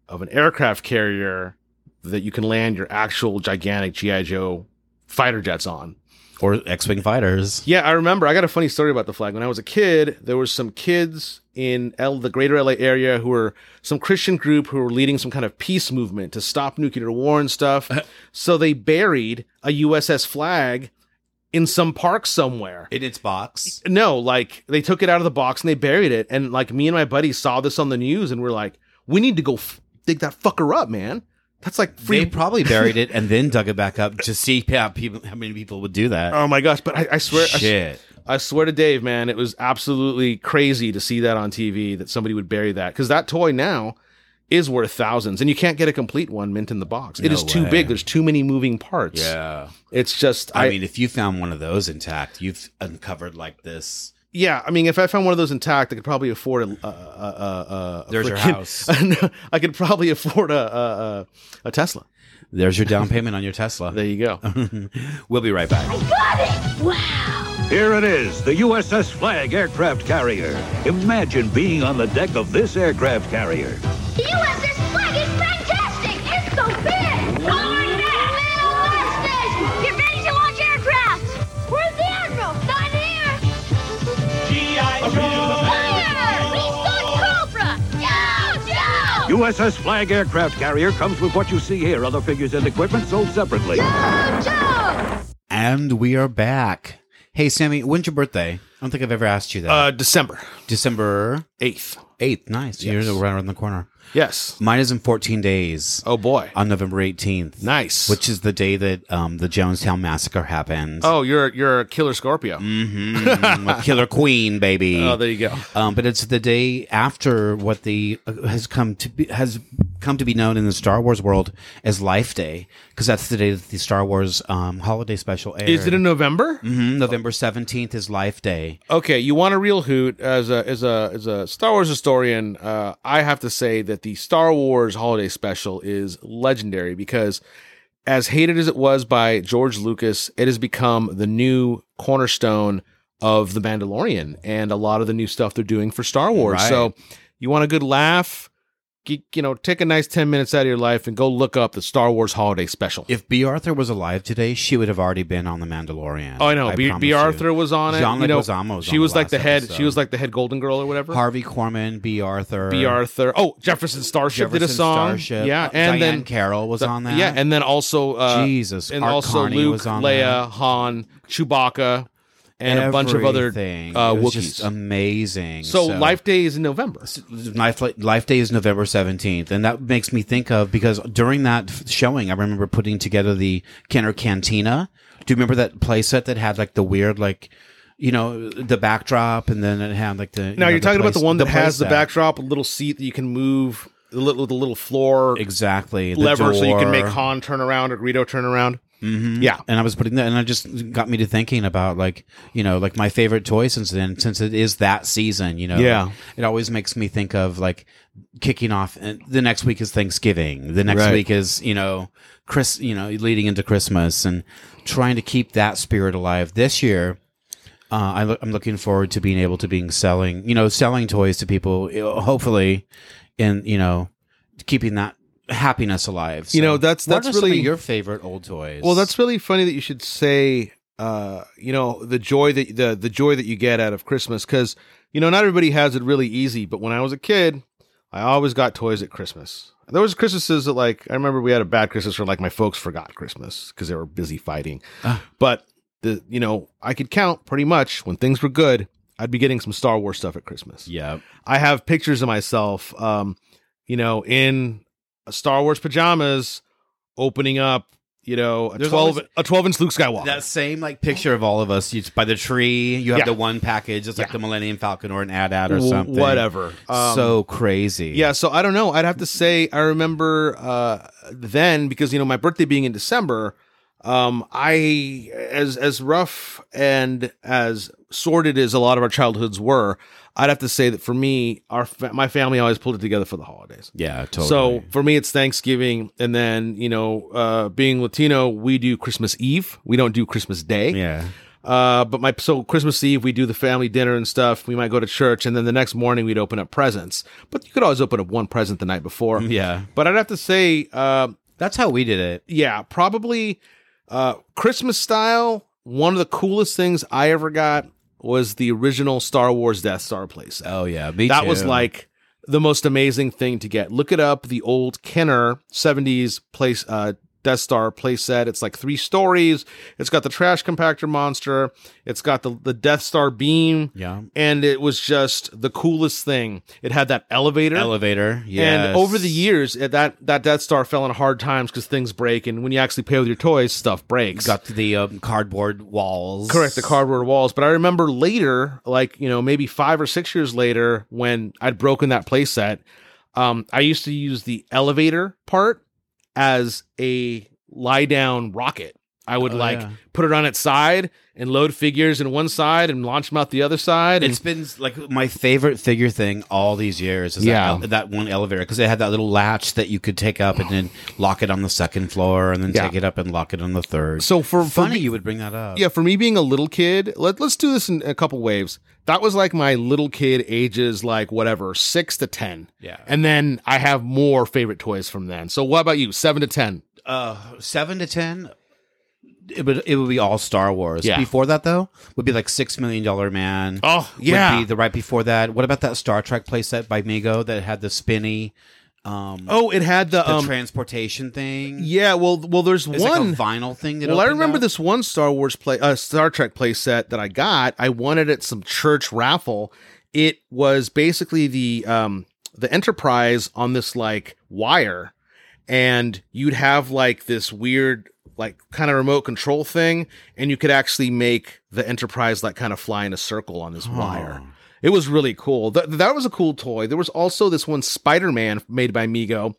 S6: of an aircraft carrier that you can land your actual gigantic GI Joe fighter jets on.
S5: Or X-wing fighters.
S6: Yeah, I remember. I got a funny story about the flag. When I was a kid, there were some kids in L- the greater LA area who were some Christian group who were leading some kind of peace movement to stop nuclear war
S5: (laughs)
S6: and stuff. so they buried a USS flag in some park somewhere.
S5: in its box.
S6: no, like they took it out of the box and they buried it. And like me and my buddy saw this on the news and we're like, we need to go f- dig that fucker up, man. That's like free (laughs)
S5: They probably buried it and then dug it back up to see how people how many people would do that.
S6: Oh my gosh! But I, I swear, I s-
S5: Shit.
S6: I swear to Dave, man, it was absolutely crazy to see that on TV that somebody would bury that because that toy now is worth thousands, and you can't get a complete one mint in the box. It
S5: No
S6: is too
S5: way.
S6: big. There's too many moving parts.
S5: Yeah.
S6: it's just. I,
S5: I, mean, if you found one of those intact, you've uncovered like this.
S6: yeah, I mean, if I found one of those intact, I could probably afford a. a, a, a, a
S5: There's your
S6: (laughs) freaking- I could probably afford a a, a a Tesla.
S5: There's your down payment on your Tesla.
S6: There you go.
S5: (laughs) we'll be right back.
S1: Here it is, the USS Flag aircraft carrier. Imagine being on the deck of this aircraft carrier.
S8: The USS Flag is fantastic! It's so big! Over there! Little monsters! Get ready to launch aircraft! Where's the Admiral? Not here! Fire! Restart Cobra! Go! Go!
S1: USS Flag aircraft carrier comes with what you see here. Other figures and equipment sold separately.
S8: Go! Go!
S5: And we are back. Hey, Sammy, when's your birthday? I don't think I've ever asked you that.
S6: Uh, December
S5: December
S6: eighth.
S5: 8th. Nice. You're right around the corner.
S6: Yes.
S5: Mine is in 14 days
S6: Oh boy.
S5: on November 18th,
S6: nice.
S5: which is the day that um, the Jonestown Massacre happened.
S6: oh, you're you're a killer Scorpio.
S5: Mm, a killer queen,
S6: (laughs)
S5: baby.
S6: Oh, there you go.
S5: Um, but it's the day after what the has come uh, to be, has come to be known in the Star Wars world as Life Day because that's the day that the Star Wars um, holiday special aired.
S6: Is it in November?
S5: Mhm, November seventeenth is Life Day.
S6: Okay, you want a real hoot as a as a as a Star Wars historian. Uh, I have to say that the Star Wars holiday special is legendary because, as hated as it was by George Lucas, it has become the new cornerstone of the Mandalorian and a lot of the new stuff they're doing for Star Wars.
S5: Right.
S6: So, you want a good laugh? Ge- You know, take a nice ten minutes out of your life and go look up the Star Wars holiday special.
S5: If B. Arthur was alive today, she would have already been on the Mandalorian.
S6: Oh, I know. B.
S5: promise
S6: B.
S5: you.
S6: Arthur was on it.
S5: John
S6: you know,
S5: Leguizamo was
S6: she
S5: on
S6: was
S5: the
S6: like the
S5: last
S6: head. She
S5: episode.
S6: was like the head Golden Girl or whatever.
S5: Harvey Corman, B. Arthur,
S6: B. Arthur. Oh, Jefferson Starship did a
S5: Jefferson
S6: song.
S5: Starship.
S6: Yeah,
S5: Uh,
S6: and
S5: Diane
S6: then
S5: Carroll was on that.
S6: Yeah, and then also uh,
S5: Jesus,
S6: and
S5: Art
S6: also
S5: Carney
S6: Luke,
S5: was on
S6: Leia, Han, Chewbacca, and a bunch of other
S5: Everything.
S6: uh,
S5: It was
S6: Wookiees.
S5: just amazing.
S6: so, Life Day is in November.
S5: Life, Life Day is November 17th. And that makes me think of because during that f- showing, I remember putting together the Kenner Cantina. Do you remember that playset that had like the weird, like, you know, the backdrop and then it had like the. you
S6: Now
S5: know,
S6: you're talking about
S5: place-
S6: the one that has the
S5: playset.
S6: backdrop, a little seat that you can move, the little the little floor
S5: Exactly. the
S6: lever, so you can make
S5: door.
S6: Han turn around or Greedo turn around. Mm-hmm. Yeah,
S5: and I was putting that, and I just got me to thinking about like you know like my favorite toy since then, since it is that season. You know,
S6: Yeah.
S5: like, it always makes me think of like kicking off. And the next week is Thanksgiving. The next
S6: Right.
S5: week is you know Chris. You know, leading into Christmas and trying to keep that spirit alive this year. Uh, I look I'm looking forward to being able to being selling, you know, selling toys to people. you know, Hopefully, in you know, keeping that happiness alive.
S6: You know, that's-
S5: what
S6: that's
S5: are some of
S6: really-
S5: your favorite old toys.
S6: Well, that's really funny that you should say, uh, you know, the joy that the the joy that you get out of Christmas, because you know not everybody has it really easy. But when I was a kid, I always got toys at Christmas. There was Christmases that like I remember we had a bad Christmas where like my folks forgot Christmas because they were busy fighting. But the you know I could count pretty much when things were good. I'd be getting some Star Wars stuff at Christmas.
S5: yeah.
S6: I have pictures of myself, um, you know, in Star Wars pajamas, opening up, you know, a
S5: There's
S6: twelve
S5: always-
S6: a twelve inch Luke Skywalker.
S5: That same like picture of all of us you, by the tree. You have
S6: Yeah.
S5: the one package. It's like
S6: Yeah.
S5: the Millennium Falcon or an ad ad or
S6: W-
S5: something.
S6: Whatever. Um,
S5: so crazy.
S6: yeah, so I don't know. I'd have to say I remember uh, then because you know my birthday being in December. Um, I as as rough and as sordid as a lot of our childhoods were, I'd have to say that for me, our fa- my family always pulled it together for the holidays.
S5: Yeah. Totally.
S6: So for me, it's Thanksgiving, and then you know, uh, being Latino, we do Christmas Eve. We don't do Christmas Day.
S5: yeah.
S6: Uh, but my so Christmas Eve, we do the family dinner and stuff. We might go to church, and then the next morning we'd open up presents. But you could always open up one present the night
S5: (laughs)
S6: before.
S5: Yeah.
S6: But I'd have to say, uh,
S5: That's how we did it.
S6: yeah, probably uh, Christmas style. One of the coolest things I ever got was the original Star Wars Death Star playset
S5: Oh yeah. Me
S6: that
S5: too.
S6: was like the most amazing thing to get. Look it up. The old Kenner 70s place uh Death Star playset. It's like three stories. It's got the trash compactor monster. It's got the, the Death Star beam.
S5: Yeah.
S6: And it was just the coolest thing. It had that elevator.
S5: elevator. Yeah.
S6: And over the years, eh, that, that Death Star fell in hard times because things break. And when you actually play with your toys, stuff breaks.
S5: got to the um, cardboard walls.
S6: Correct, the cardboard walls. But I remember later, like, you know, maybe five or six years later, when I'd broken that playset, um, I used to use the elevator part as a lie down rocket. I would
S5: Oh,
S6: like
S5: yeah.
S6: put it on its side and load figures in one side and launch them out the other side. And
S5: It's been like my favorite figure thing all these years is
S6: Yeah.
S5: that, that one elevator because it had that little latch that you could take up and then lock it on the second floor and then
S6: Yeah.
S5: take it up and lock it on the third.
S6: so for for
S5: funny
S6: me-
S5: you would bring that up.
S6: yeah, for me being a little kid, let, let's do this in a couple waves. That was like my little kid ages, like whatever, six to 10.
S5: Yeah.
S6: And then I have more favorite toys from then. So what about you? Seven to 10.
S5: uh seven to ten it would it would be all Star Wars.
S6: Yeah.
S5: Before that though, would be like Six Million Dollar Man.
S6: Oh, yeah.
S5: Would be the right before that. What about that Star Trek playset by Mego that had the spinny
S6: Oh, it had the,
S5: Mm. the
S6: um,
S5: transportation thing?
S6: yeah. Well, well, there's
S5: It's
S6: one.
S5: like a vinyl thing that
S6: well, I
S5: opened
S6: remember
S5: up.
S6: this one Star Wars play, uh, Star Trek play set that I got. I wanted it at some church raffle. It was basically the um the Enterprise on this like wire, and you'd have like this weird like kind of remote control thing, and you could actually make the Enterprise like kind of fly in a circle on this wire. It was really cool. Th- that was a cool toy. There was also this one Spider Man made by Mego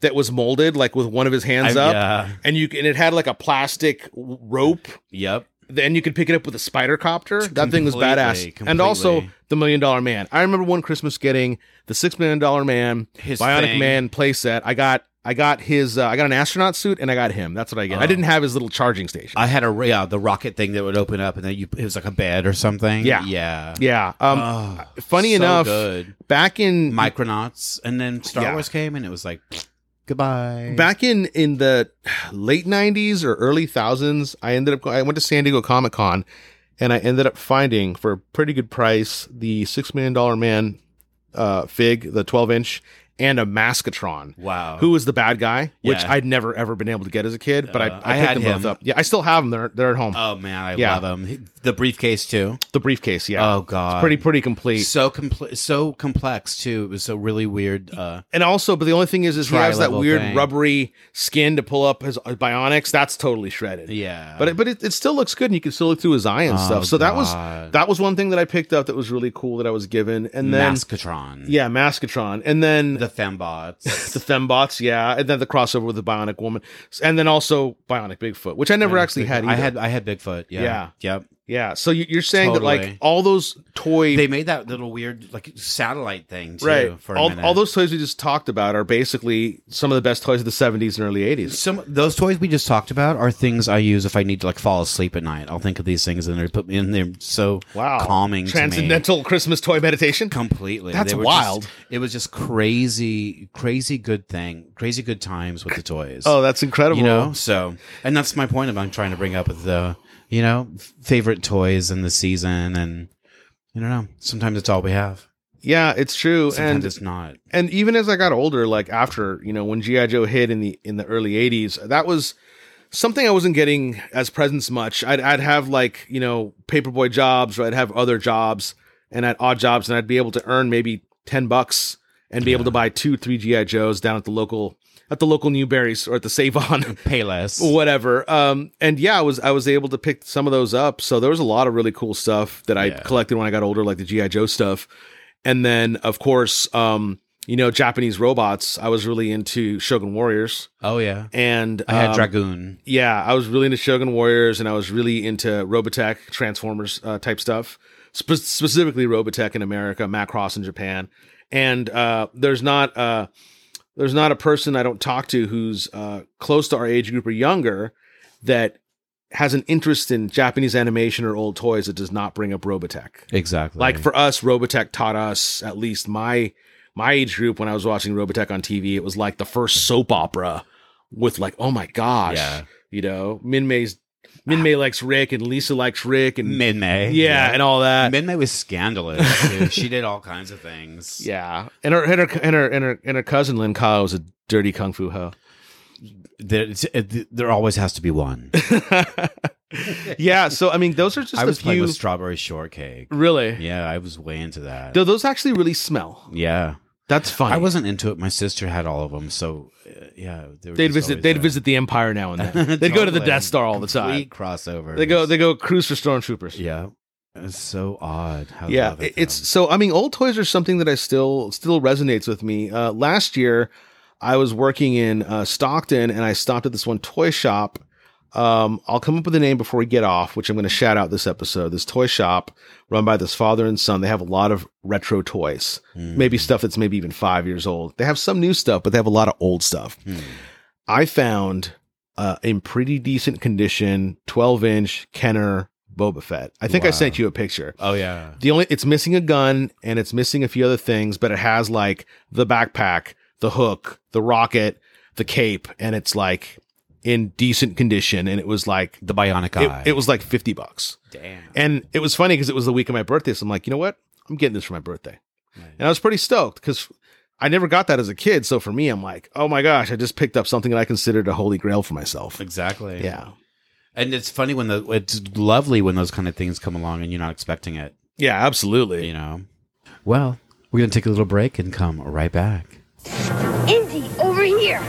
S6: that was molded like with one of his hands
S5: I-
S6: up,
S5: yeah.
S6: and you and it had like a plastic w- rope.
S5: Yep.
S6: Then you could pick it up with a spider copter. That thing was
S5: Completely,
S6: badass. And also
S5: completely.
S6: the Million Dollar Man. I remember one Christmas getting the Six Million Dollar Man,
S5: His
S6: Bionic
S5: thing.
S6: Man playset. I got I got his uh, I got an astronaut suit and I got him. That's what I get. I didn't have his little charging station.
S5: I had a yeah, the rocket thing that would open up and then you it was like a bed or something.
S6: Yeah.
S5: Yeah.
S6: yeah. Um,
S5: Oh,
S6: funny
S5: so
S6: enough,
S5: good.
S6: back in
S5: Micronauts and then Star
S6: Yeah.
S5: Wars came and it was like goodbye.
S6: back in in the late 90s or early thousands i ended up i went to san diego comic-con and i ended up finding for a pretty good price the six million dollar man uh fig the 12 inch and a maskatron
S5: Wow.
S6: who was the bad guy which
S5: Yeah.
S6: i'd never ever been able to get as a kid but
S5: Uh,
S6: i, I,
S5: I
S6: picked
S5: had
S6: them
S5: him.
S6: both up yeah i still have them they're, they're at home
S5: Oh man, I
S6: Yeah.
S5: love him. The briefcase too.
S6: the briefcase yeah
S5: Oh god.
S6: it's pretty pretty complete
S5: so compl- so complex too. It was so really weird. Uh,
S6: and also, but the only thing is, is he has that
S5: Tri-level
S6: weird
S5: thing.
S6: rubbery skin to pull up his uh, bionics. That's totally shredded.
S5: yeah,
S6: but it, but it, it still looks good and you can still look through his eye and
S5: Oh,
S6: stuff so that was
S5: God.
S6: that was one thing that i picked up that was really cool that i was given and then
S5: Maskatron.
S6: yeah maskatron and then the,
S5: the fembots.
S6: (laughs) the fembots yeah and then the crossover with the bionic woman S- and then also bionic bigfoot which i never actually had either.
S5: I had I had Bigfoot. Yeah.
S6: Yeah.
S5: Yep.
S6: yeah so you, you're saying that like
S5: Totally.
S6: all those toy
S5: They made that little weird like satellite thing too.
S6: right
S5: For a
S6: all,
S5: minute.
S6: all those toys we just talked about are basically some of the best toys of the 70s and early 80s
S5: some those toys we just talked about are things I use if I need to like fall asleep at night. I'll think of these things and they put me in there. So calming, to me.
S6: transcendental christmas toy meditation
S5: completely.
S6: That's
S5: They were just-
S6: wild.
S5: it was just crazy, crazy good thing, crazy good times with the toys.
S6: oh that's incredible
S5: you know so and that's my point of i'm trying to bring up with the you know f- favorite toys in the season and you don't know sometimes it's all we have
S6: yeah it's true
S5: sometimes
S6: and
S5: it's not
S6: and even as I got older, like after you know when GI Joe hit in the in the early '80s, that was something I wasn't getting as presents much. I'd I'd have like you know paperboy jobs, or I'd have other jobs, and at odd jobs, and I'd be able to earn maybe ten bucks and be able to buy two, three GI Joes down at the local at the local Newberries or at the Save (laughs) On.
S5: pay less
S6: Whatever. Um, and yeah, I was I was able to pick some of those up. So there was a lot of really cool stuff that I
S5: Yeah.
S6: collected when I got older, like the GI Joe stuff. And then of course, um, you know, Japanese robots. I was really into Shogun Warriors,
S5: oh yeah
S6: and
S5: i had
S6: um,
S5: dragoon
S6: yeah, I was really into Shogun Warriors, and I was really into Robotech Transformers uh, type stuff, spe- specifically Robotech in America, Macross in Japan. And uh, there's not uh, there's not a person I don't talk to who's uh, close to our age group or younger that has an interest in Japanese animation or old toys that does not bring up Robotech.
S5: exactly
S6: Like for us, Robotech taught us at least my my age group when I was watching Robotech on TV. It was like the first soap opera with like, oh my gosh,
S5: Yeah.
S6: you know, Min May's Min May likes Rick and Lisa likes Rick and
S5: mid-may
S6: yeah, and all that.
S5: mid-may was scandalous
S6: (laughs)
S5: too. she did all kinds of things
S6: yeah, and her and her and her and her, and her cousin Lin Kao was a dirty kung fu hoe. (laughs)
S5: there, it's- it- there always has to be one
S6: yeah, so I mean, those are just
S5: i
S6: a
S5: was playing
S6: few.
S5: with strawberry shortcake
S6: really,
S5: yeah i was way into that
S6: though those actually really smell.
S5: yeah
S6: That's funny.
S5: I wasn't into it. My sister had all of them, so uh, yeah. They were
S6: They'd
S5: just
S6: visit.
S5: always
S6: They'd
S5: there. (laughs)
S6: visit the Empire now and then. They'd go to the
S5: Totally.
S6: Death Star all the time.
S5: Complete crossover.
S6: They go. They go cruise for stormtroopers.
S5: yeah. It's so odd. How
S6: yeah
S5: love it
S6: it's so i mean old toys are something that i still still resonates with me uh last year i was working in uh stockton and i stopped at this one toy shop um i'll come up with a name before we get off which i'm going to shout out this episode this toy shop run by this father and son they have a lot of retro toys
S5: Mm.
S6: maybe stuff that's maybe even five years old they have some new stuff but they have a lot of old stuff
S5: Hmm.
S6: i found uh, in pretty decent condition 12 inch kenner boba fett i think i
S5: Wow.
S6: sent you a picture
S5: oh yeah.
S6: the only it's missing a gun and it's missing a few other things, but it has like the backpack, the hook, the rocket, the cape, and it's like in decent condition. And it was like
S5: The Bionic Eye.
S6: it, it was like fifty bucks.
S5: damn.
S6: And it was funny because it was the week of my birthday. So I'm like, you know what? I'm getting this for my birthday. And I was pretty stoked because I never got that as a kid. So for me, I'm like, oh my gosh, I just picked up something that I considered a holy grail for myself.
S5: Exactly.
S6: Yeah.
S5: And it's funny when the it's lovely when those kind of things come along and you're not expecting it.
S6: Yeah, absolutely.
S5: You know. Well, we're gonna take a little break and come right back.
S8: Indy, over here.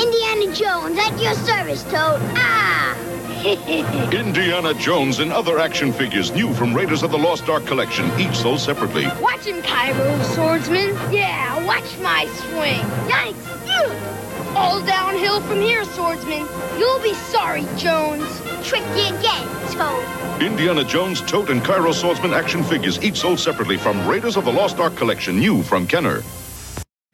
S8: Indiana Jones, at your service, Toad. Ah! (laughs)
S2: Indiana Jones and other action figures new from Raiders of the Lost Ark collection, each sold separately.
S8: watch him, Cairo, swordsman. Yeah, watch my swing. Yikes! Phew. All downhill from here, swordsman. You'll be sorry, Jones. Tricked you again, Toad.
S2: Indiana Jones, Tote, and Cairo Swordsman action figures, each sold separately from Raiders of the Lost Ark Collection, new from Kenner.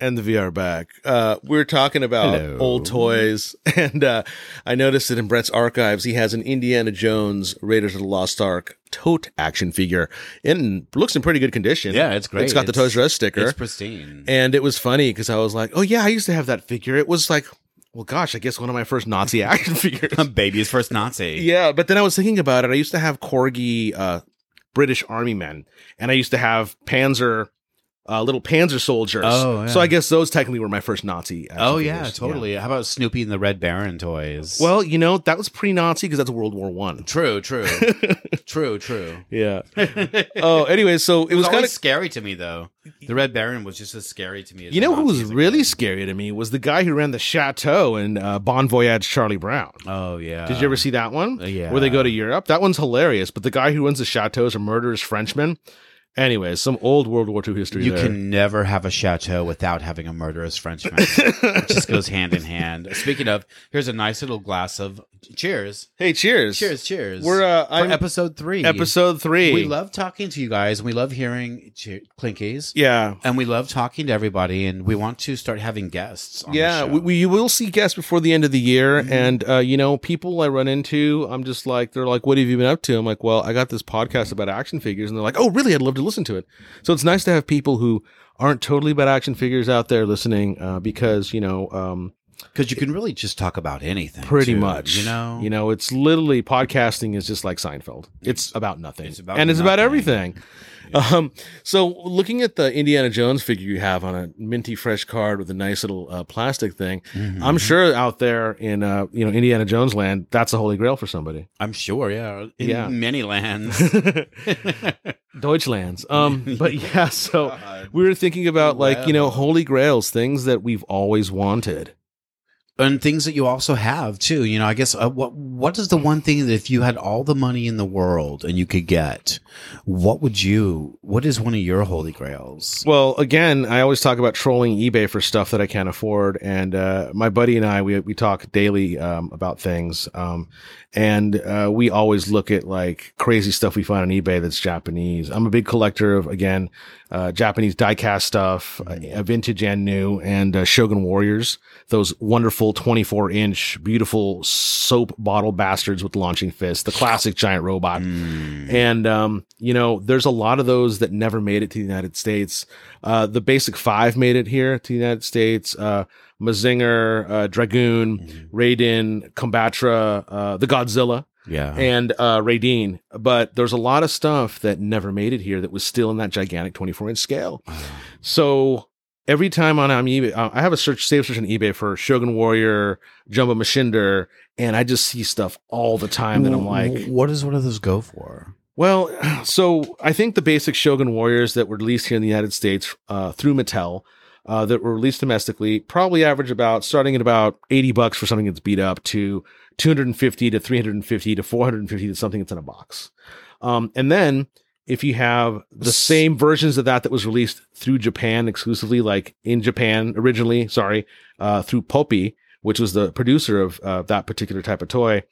S6: and the VR back. Uh, we're talking about
S5: Hello.
S6: old toys, (laughs) and uh, I noticed that in Brett's archives, he has an Indiana Jones Raiders of the Lost Ark tote action figure, and looks in pretty good condition.
S5: Yeah, it's great.
S6: It's got the
S5: It's-
S6: Toys R Us sticker,
S5: It's pristine.
S6: and it was funny because I was like, "Oh yeah, I used to have that figure." It was like, well, gosh, I guess one of my first Nazi (laughs) action figures.
S5: Baby's first Nazi.
S6: Yeah, but then I was thinking about it. I used to have corgi uh, British Army men, and I used to have Panzer uh, little Panzer soldiers.
S5: Oh, yeah.
S6: so I guess those technically were my first Nazi. action
S5: Oh yeah,
S6: figures.
S5: totally. How about Snoopy and the Red Baron toys?
S6: Well, you know that was pre-Nazi because that's World War One.
S5: true, (laughs) true, true, true. (laughs)
S6: Yeah. oh, anyway, so it
S5: It was
S6: was kind
S5: always
S6: of.
S5: scary to me though. The Red Baron was just as scary to me. As
S6: You know who
S5: Nazis
S6: was
S5: again.
S6: really scary to me was the guy who ran the chateau in uh, Bon Voyage Charlie Brown.
S5: Oh yeah.
S6: Did you ever see that one?
S5: uh, yeah.
S6: Where they go to Europe? That one's hilarious. But the guy who runs the chateau is a murderous Frenchman. Anyways, some old World War II history.
S5: You
S6: there.
S5: can never have a chateau without having a murderous Frenchman. it just goes hand in
S6: (laughs)
S5: hand. Speaking of, here's a nice little glass of cheers.
S6: Hey, cheers.
S5: Cheers, cheers.
S6: We're, uh,
S5: For
S6: I'm-
S5: episode three.
S6: Episode three.
S5: We love talking to you guys. and We love hearing che- clinkies.
S6: Yeah.
S5: And we love talking to everybody, and we want to start having guests. On
S6: Yeah,
S5: the show. Mm-hmm.
S6: we, we will see guests before the end of the year, and uh, you know, people I run into, I'm just like, they're like, "What have you been up to?" I'm like, "Well, I got this podcast about action figures," and they're like, "Oh, really? I'd love to listen to it." So it's nice to have people who aren't totally about action figures out there listening, uh, because you know, um,
S5: because you can really just talk about anything.
S6: pretty
S5: too,
S6: much,
S5: you know,
S6: you know, it's literally podcasting is just like Seinfeld. It's, about nothing,
S5: it's about
S6: and it's about
S5: nothing.
S6: everything. Um, so looking at the Indiana Jones figure you have on a minty fresh card with a nice little uh, plastic thing,
S5: Mm-hmm.
S6: I'm sure out there in uh, you know Indiana Jones land, that's a holy grail
S5: (laughs)
S6: for somebody.
S5: I'm sure. Yeah, in
S6: Yeah.
S5: many
S6: (laughs)
S5: lands. (laughs)
S6: Deutschlands. Um, but
S5: (laughs)
S6: yeah, so we were thinking about like you know holy grails, things that we've always wanted.
S5: and things that you also have too. You know, I guess uh, what what is the one thing that if you had all the money in the world and you could get, what would you? What is one of your holy grails?
S6: Well, again, I always talk about trolling eBay for stuff that I can't afford, and uh, my buddy and I we we talk daily um, about things, um, and uh, we always look at like crazy stuff we find on eBay that's Japanese. I'm a big collector of again uh, Japanese diecast stuff, uh, vintage and new, and uh, Shogun Warriors, those wonderful 24 inch beautiful soap bottle bastards with launching fists, the classic giant robot.
S5: Mm,
S6: And, um, you know, there's a lot of those that never made it to the United States. Uh, the Basic Five made it here to the United States. Uh, Mazinger, uh, Dragoon, Raiden, Combatra, uh, the Godzilla,
S5: Yeah,
S6: and uh, Raiden. But there's a lot of stuff that never made it here that was still in that gigantic 24 inch scale. So every time on um, eBay, uh, I have a search, save search on eBay for Shogun Warrior, Jumbo Machinder, and I just see stuff all the time that I'm like,
S5: what does one of those go for?
S6: well, (clears throat) so I think the basic Shogun Warriors that were released here in the United States uh, through Mattel, uh, that were released domestically, probably average about starting at about eighty bucks for something that's beat up to two hundred and fifty to three hundred and fifty to four hundred and fifty to something that's in a box, um, and then if you have the same versions of that that was released through Japan exclusively, like in Japan originally, sorry, uh, through Poppy, which was the producer of uh, that particular type of toy.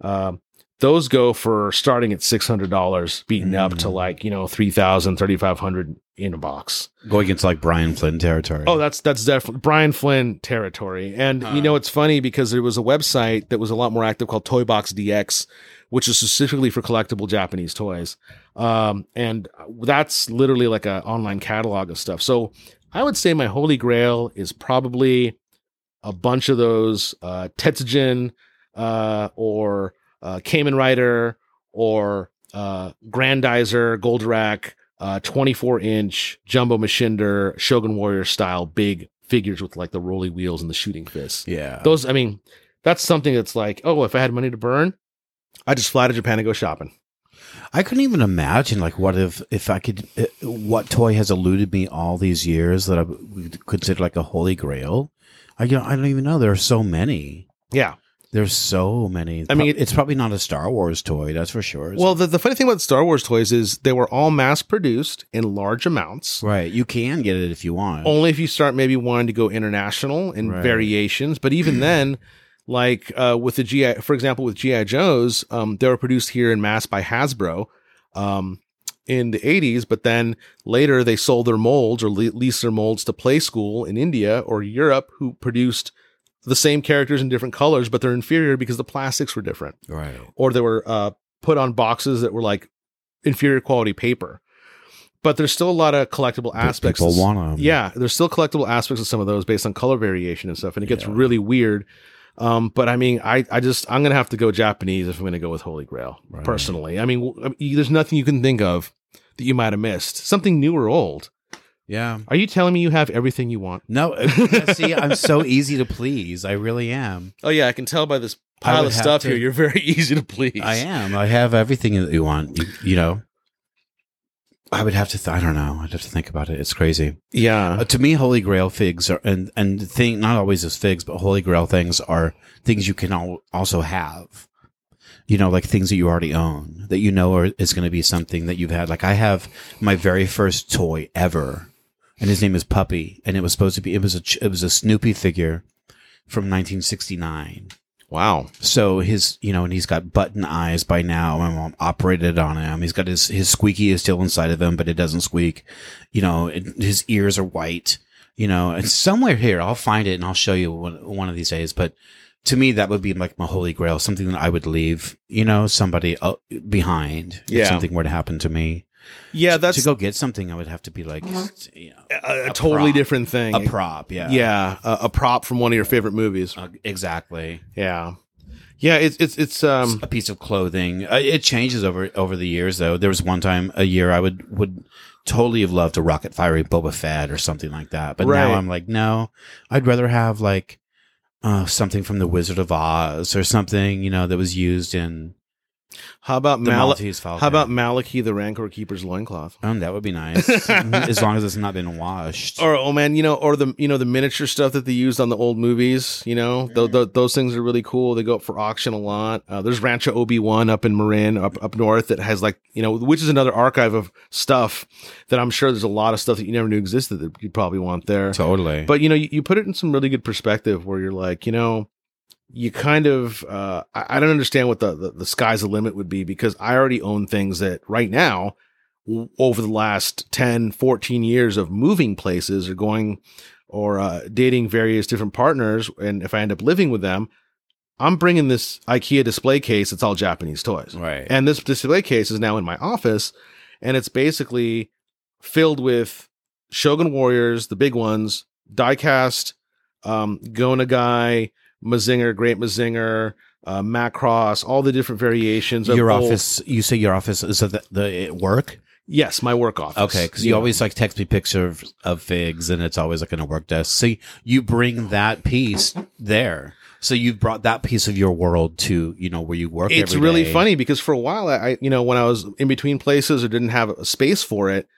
S6: Um, those go for starting at six hundred dollars, beaten up to like you know three thousand, thirty five hundred in a box.
S5: Going into like Brian Flynn territory.
S6: Oh, that's that's definitely Brian Flynn territory. And you know it's funny because there was a website that was a lot more active called Toybox DX, which is specifically for collectible Japanese toys. Um, and that's literally like an online catalog of stuff. So I would say my holy grail is probably a bunch of those uh, Tetsujin uh, or uh, Kamen Rider or uh, Grandizer, Goldorak, uh, 24 inch Jumbo Machinder, Shogun Warrior style big figures with like the rolly wheels and the shooting fists.
S5: yeah.
S6: Those, I mean, that's something that's like, oh, if I had money to burn, I just fly to Japan and go shopping.
S5: I couldn't even imagine like what if if I could uh, what toy has eluded me all these years that I would consider like a holy grail. I you know, I don't even know there are so many.
S6: Yeah.
S5: There's so many.
S6: I mean,
S5: Pro- it's probably not a Star Wars toy, that's for sure.
S6: Well, the, the funny thing about Star Wars toys is they were all mass produced in large amounts.
S5: right, you can get it if you want.
S6: Only if you start maybe wanting to go international in
S5: Right.
S6: variations.
S5: (clears throat)
S6: But even then, like uh, with the GI, for example, with GI Joes, um, they were produced here in mass by Hasbro um, in the '80s. But then later they sold their molds or le- leased their molds to Play School in India or Europe, who produced the same characters in different colors, but they're inferior because the plastics were different
S5: Right.
S6: or they were uh, put on boxes that were like inferior quality paper. But there's still a lot of collectible aspects.
S5: people want 'em.
S6: Yeah, there's still collectible aspects of some of those based on color variation and stuff, and it gets really weird. Um, but I mean, I, I just I'm gonna have to go Japanese if I'm gonna go with Holy Grail personally. I mean, w- I mean, there's nothing you can think of that you might have missed. Something new or old.
S5: Yeah.
S6: Are you telling me you have everything you want?
S5: No, uh, see, I'm
S6: (laughs)
S5: so easy to please. I really am.
S6: Oh yeah, I can tell by this
S5: I
S6: pile
S5: would
S6: of
S5: have
S6: stuff
S5: to-
S6: here. You're very (laughs) easy to please.
S5: I am. I have everything that you want. You, you know, I would have to. Th- I don't know. I'd have to think about it. It's crazy.
S6: Yeah.
S5: Uh, to me, holy grail figs are and and thing not always as figs, but holy grail things are things you can al- also have. You know, like things that you already own that you know are, is going to be something that you've had. Like I have my very first toy ever, and his name is Puppy, and it was supposed to be it was a ch- it was a Snoopy figure from 1969.
S6: Wow.
S5: So his, you know, and he's got button eyes by now. My mom operated on him. He's got his his squeaky is still inside of him, but it doesn't squeak. You know, and his ears are white. You know, and somewhere here I'll find it and I'll show you one, one of these days. But to me, that would be like my holy grail, something that I would leave. You know, somebody uh, behind.
S6: Yeah.
S5: If something were to happen to me,
S6: Yeah, that's
S5: to go get something, I would have to be like, you know,
S6: a, a totally
S5: prop.
S6: different thing.
S5: a prop. Yeah.
S6: Yeah, a, a prop from one of your favorite movies.
S5: Uh, exactly.
S6: Yeah, yeah. It's it's it's um.
S5: a piece of clothing. Uh, It changes over over the years, though. There was one time a year I would would totally have loved a rocket fiery Boba Fett or something like that, but now
S6: Right.
S5: I'm like, no, I'd rather have like uh, something from the Wizard of Oz or something, you know, that was used in
S6: How about
S5: the
S6: Mal-
S5: Maltese Falcon.
S6: How about Maliki the Rancor Keeper's loincloth?
S5: Um, that would be
S6: (laughs)
S5: nice, as long as it's not been washed.
S6: Or oh man, you know, or the you know the miniature stuff that they used on the old movies. You know, tho- tho- those things are really cool. They go up for auction a lot. Uh, there's Rancho Obi Wan up in Marin, up up north, that has like you know, which is another archive of stuff that I'm sure there's a lot of stuff that you never knew existed that you'd probably want there.
S5: totally,
S6: but you know you, you put it in some really good perspective where you're like you know you kind of uh i, I don't understand what the, the the sky's the limit would be because i already own things that right now w- over the last 10 14 years of moving places or going or uh, dating various different partners and if i end up living with them i'm bringing this ikea display case it's all japanese toys
S5: right,
S6: and this display case is now in my office, and it's basically filled with Shogun Warriors, the big ones, Diecast, um, Gonagai, Mazinger, Great Mazinger, uh, Macross, all the different variations. of
S5: your
S6: old-
S5: office. You say your office is at the, the at work.
S6: Yes, my work office.
S5: Okay, because you
S6: Yeah.
S5: always like text me pictures of, of figs, and it's always like in a work desk. So you- you bring that piece there. So you've brought that piece of your world to you know where you work.
S6: It's
S5: every
S6: really
S5: day.
S6: funny because for a while, I I- you know when I was in between places or didn't have a space for it,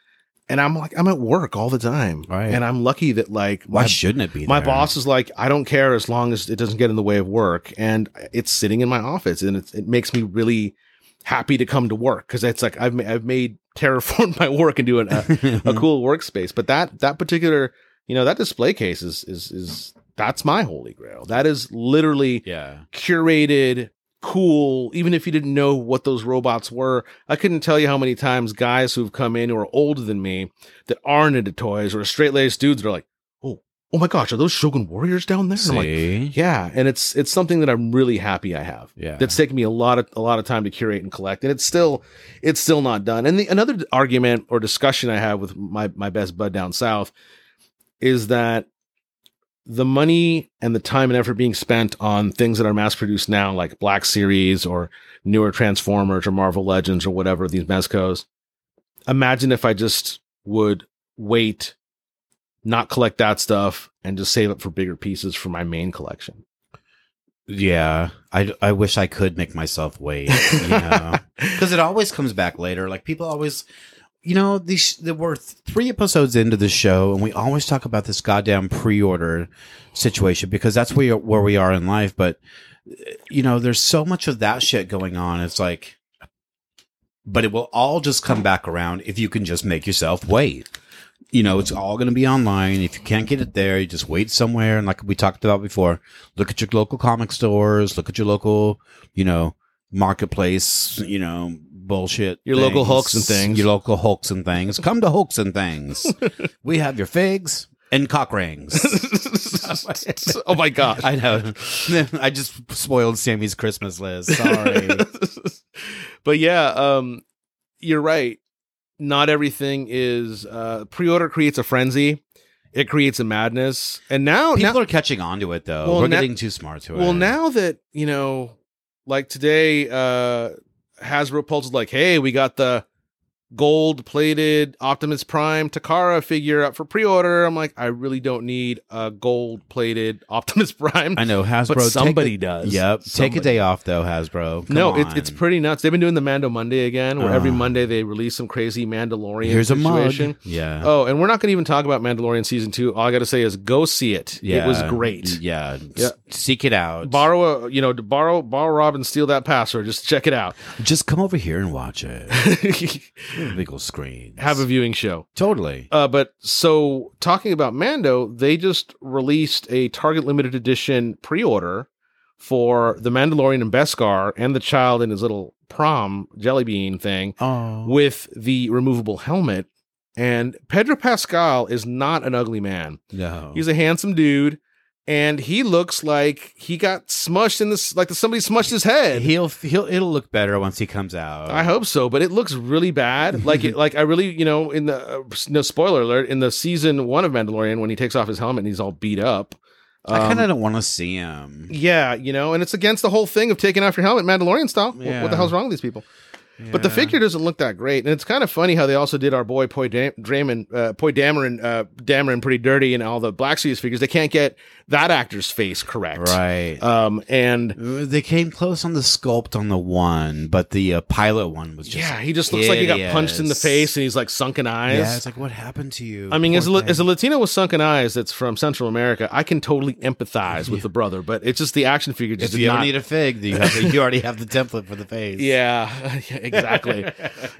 S6: and I'm like I'm at work all the time,
S5: Right.
S6: And I'm lucky that like
S5: Why
S6: my-
S5: shouldn't it be?
S6: my
S5: there? (laughs)
S6: boss is like i don't care as long as it doesn't get in the way of work and it's sitting in my office and it, it makes me really happy to come to work because it's like I've, ma- I've made (laughs) terraform my work into an, a,
S5: Mm-hmm.
S6: a cool workspace but that that particular you know that display case is is is that's my holy grail that is literally
S5: Yeah.
S6: curated cool even if you didn't know what those robots were i couldn't tell you how many times guys who've come in who are older than me that aren't into toys or straight laced dudes that are like oh oh my gosh are those shogun warriors down there And i'm like
S5: See.
S6: yeah and it's it's something that i'm really happy i have
S5: Yeah.
S6: that's taken me a lot of a lot of time to curate and collect and it's still it's still not done and the another argument or discussion i have with my my best bud down south is that the money and the time and effort being spent on things that are mass produced now like black series or newer transformers or marvel legends or whatever these mezcos imagine if i just would wait not collect that stuff and just save it for bigger pieces for my main collection
S5: yeah. I, I wish I could make myself wait. You (laughs) know. because it always comes back later. Like people always, you know, these there were th- three episodes into the show, and we always talk about this goddamn pre-order situation because that's where you're- where we are in life. But you know, there's so much of that shit going on. It's like, but it will all just come back around if you can just make yourself wait. You know, it's all going to be online. If you can't get it there, you just wait somewhere. And like we talked about before, look at your local comic stores, look at your local, you know, marketplace, you know, bullshit.
S6: Your local Hulks and things.
S5: Your local Hulks and things. Come to Hulks and
S6: (laughs)
S5: things. we have your figs and cock rings.
S6: (laughs) oh my god!
S5: I know. (laughs) I just spoiled Sammy's Christmas list.
S6: (laughs)
S5: Sorry.
S6: but yeah, um, you're right. Not everything is uh, pre-order creates a frenzy. It creates a madness, and now,
S5: People
S6: now
S5: are catching on to it, though.
S6: Well,
S5: We're
S6: na-
S5: getting too smart to it.
S6: well, now that you know, like today, uh, Hasbro Pulse is like, hey, we got the gold-plated Optimus Prime Takara figure up for pre-order. I'm like, I really don't need a gold-plated Optimus (laughs) Prime.
S5: I know Hasbro.
S9: But
S5: take
S9: somebody
S5: a-
S9: does.
S5: Yep. Take
S9: Somebody.
S5: a day off, though, Hasbro. Come
S6: no, it's it's
S5: on.
S6: pretty nuts. They've been doing the Mando Monday again, where every
S5: Ah.
S6: Monday they release some crazy Mandalorian
S5: Here's a mug.
S6: situation.
S5: Yeah.
S6: Oh, and we're not going to even talk about Mandalorian season two. All I got to say is go see it.
S5: yeah.
S6: It was great.
S5: Yeah. S-
S6: Yeah.
S5: Seek it out.
S6: Borrow a, you know, borrow, borrow Rob and steal that password. Just check it out.
S5: (laughs) Just come over here and watch
S6: (laughs)
S5: it. Big old screen.
S6: Have a viewing show.
S5: totally.
S6: Uh, but so talking about Mando, they just released a Target limited edition pre-order for the Mandalorian and Beskar and the child and his little prom jelly bean thing
S5: Oh.
S6: with the removable helmet. And Pedro Pascal is not an ugly man.
S5: No.
S6: He's a handsome dude, and he looks like he got smushed in this, like somebody smushed his head.
S5: He'll he'll it'll look better once he comes out.
S6: I hope so, but it looks really
S5: (laughs)
S6: bad. Like, it, like I really, you know, in the uh, no spoiler alert in the season one of Mandalorian when he takes off his helmet and he's all beat up.
S5: I kind of
S6: um,
S5: don't want to see him.
S6: yeah, you know, and it's against the whole thing of taking off your helmet, Mandalorian style. Wh- What,
S5: Yeah.
S6: the hell's wrong with these people? But the
S5: Yeah.
S6: figure doesn't look that great, and it's kind of funny how they also did our boy Poy Dam- Draymond, uh, Poy Dameron, uh, Dameron pretty dirty, and all the Black Series figures. They can't get that actor's face correct,
S5: Right.
S6: Um, and
S5: They came close on the sculpt on the one, but the uh, pilot one was just
S6: yeah, he just looks like he got punched in the
S5: hideous.
S6: face, and he's like sunken eyes.
S5: Yeah, it's like what happened to you?
S6: I mean, as a,
S5: Poor
S6: La- as a
S5: thing.
S6: Latino with sunken eyes that's from Central America, I can totally empathize with the brother, but it's just the action figure
S5: if
S6: just did
S5: you ever
S6: not-
S5: need a fig, you, have you already have the (laughs) template for the face.
S6: yeah, (laughs) exactly.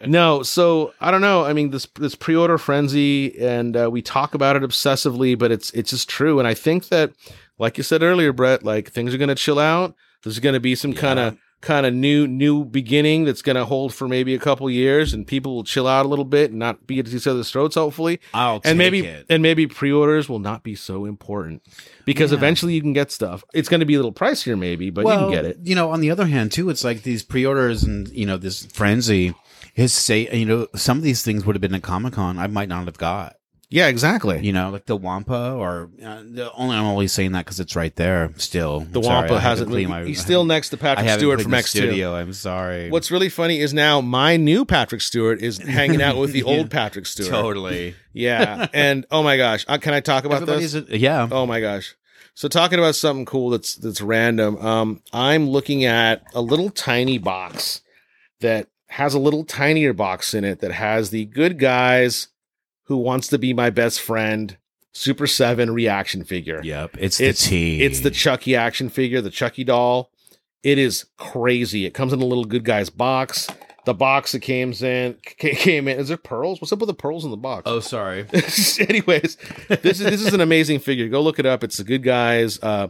S6: no, so I don't know. I mean, this this pre-order frenzy, and uh, we talk about it obsessively, but it's it's just true. And I think that, like you said earlier, Brett, like things are going to chill out. There's going to be some kind of kind of new new beginning that's going to hold for maybe a couple years, and people will chill out a little bit and not be at each other's throats, hopefully.
S5: I'll
S6: and
S5: take
S6: maybe
S5: it.
S6: and maybe pre-orders will not be so important because eventually you can get stuff. It's going to be a little pricier, maybe, but you can get it.
S5: You know, on the other hand, too, it's like these pre-orders and you know this frenzy is say you know some of these things would have been at Comic Con I might not have got.
S6: Yeah, exactly.
S5: You know, like the Wampa, or uh, the only I'm only saying that because it's right there still.
S6: The Wampa hasn't.
S5: clean
S6: moved.
S5: my-
S6: he's still next
S5: (laughs)
S6: to
S5: I
S6: Patrick
S5: haven't
S6: Stewart
S5: cleaned
S6: from
S5: the
S6: X Two.
S5: Studio. I'm sorry.
S6: What's really funny is now my new Patrick Stewart is hanging
S5: (laughs)
S6: out with the old Patrick (laughs) Stewart.
S5: totally
S6: Yeah,
S5: (laughs)
S6: and oh my gosh, uh, can I talk about
S5: Everybody's
S6: this?
S5: a- yeah.
S6: oh my gosh. So talking about something cool that's that's random. Um, I'm looking at a little tiny box that has a little tinier box in it that has the good guys who wants to be my best friend Super Seven reaction figure.
S5: Yep, it's,
S6: It's-
S5: the tea.
S6: It's the Chucky action figure, the Chucky doll. It is crazy. It comes in a little good guy's box. The box it came in (laughs) c- came in. Is there pearls? What's up with the pearls in the box?
S5: Oh, sorry.
S6: (laughs) Anyways, this is this is an amazing figure. Go look it up. It's the good guy's uh,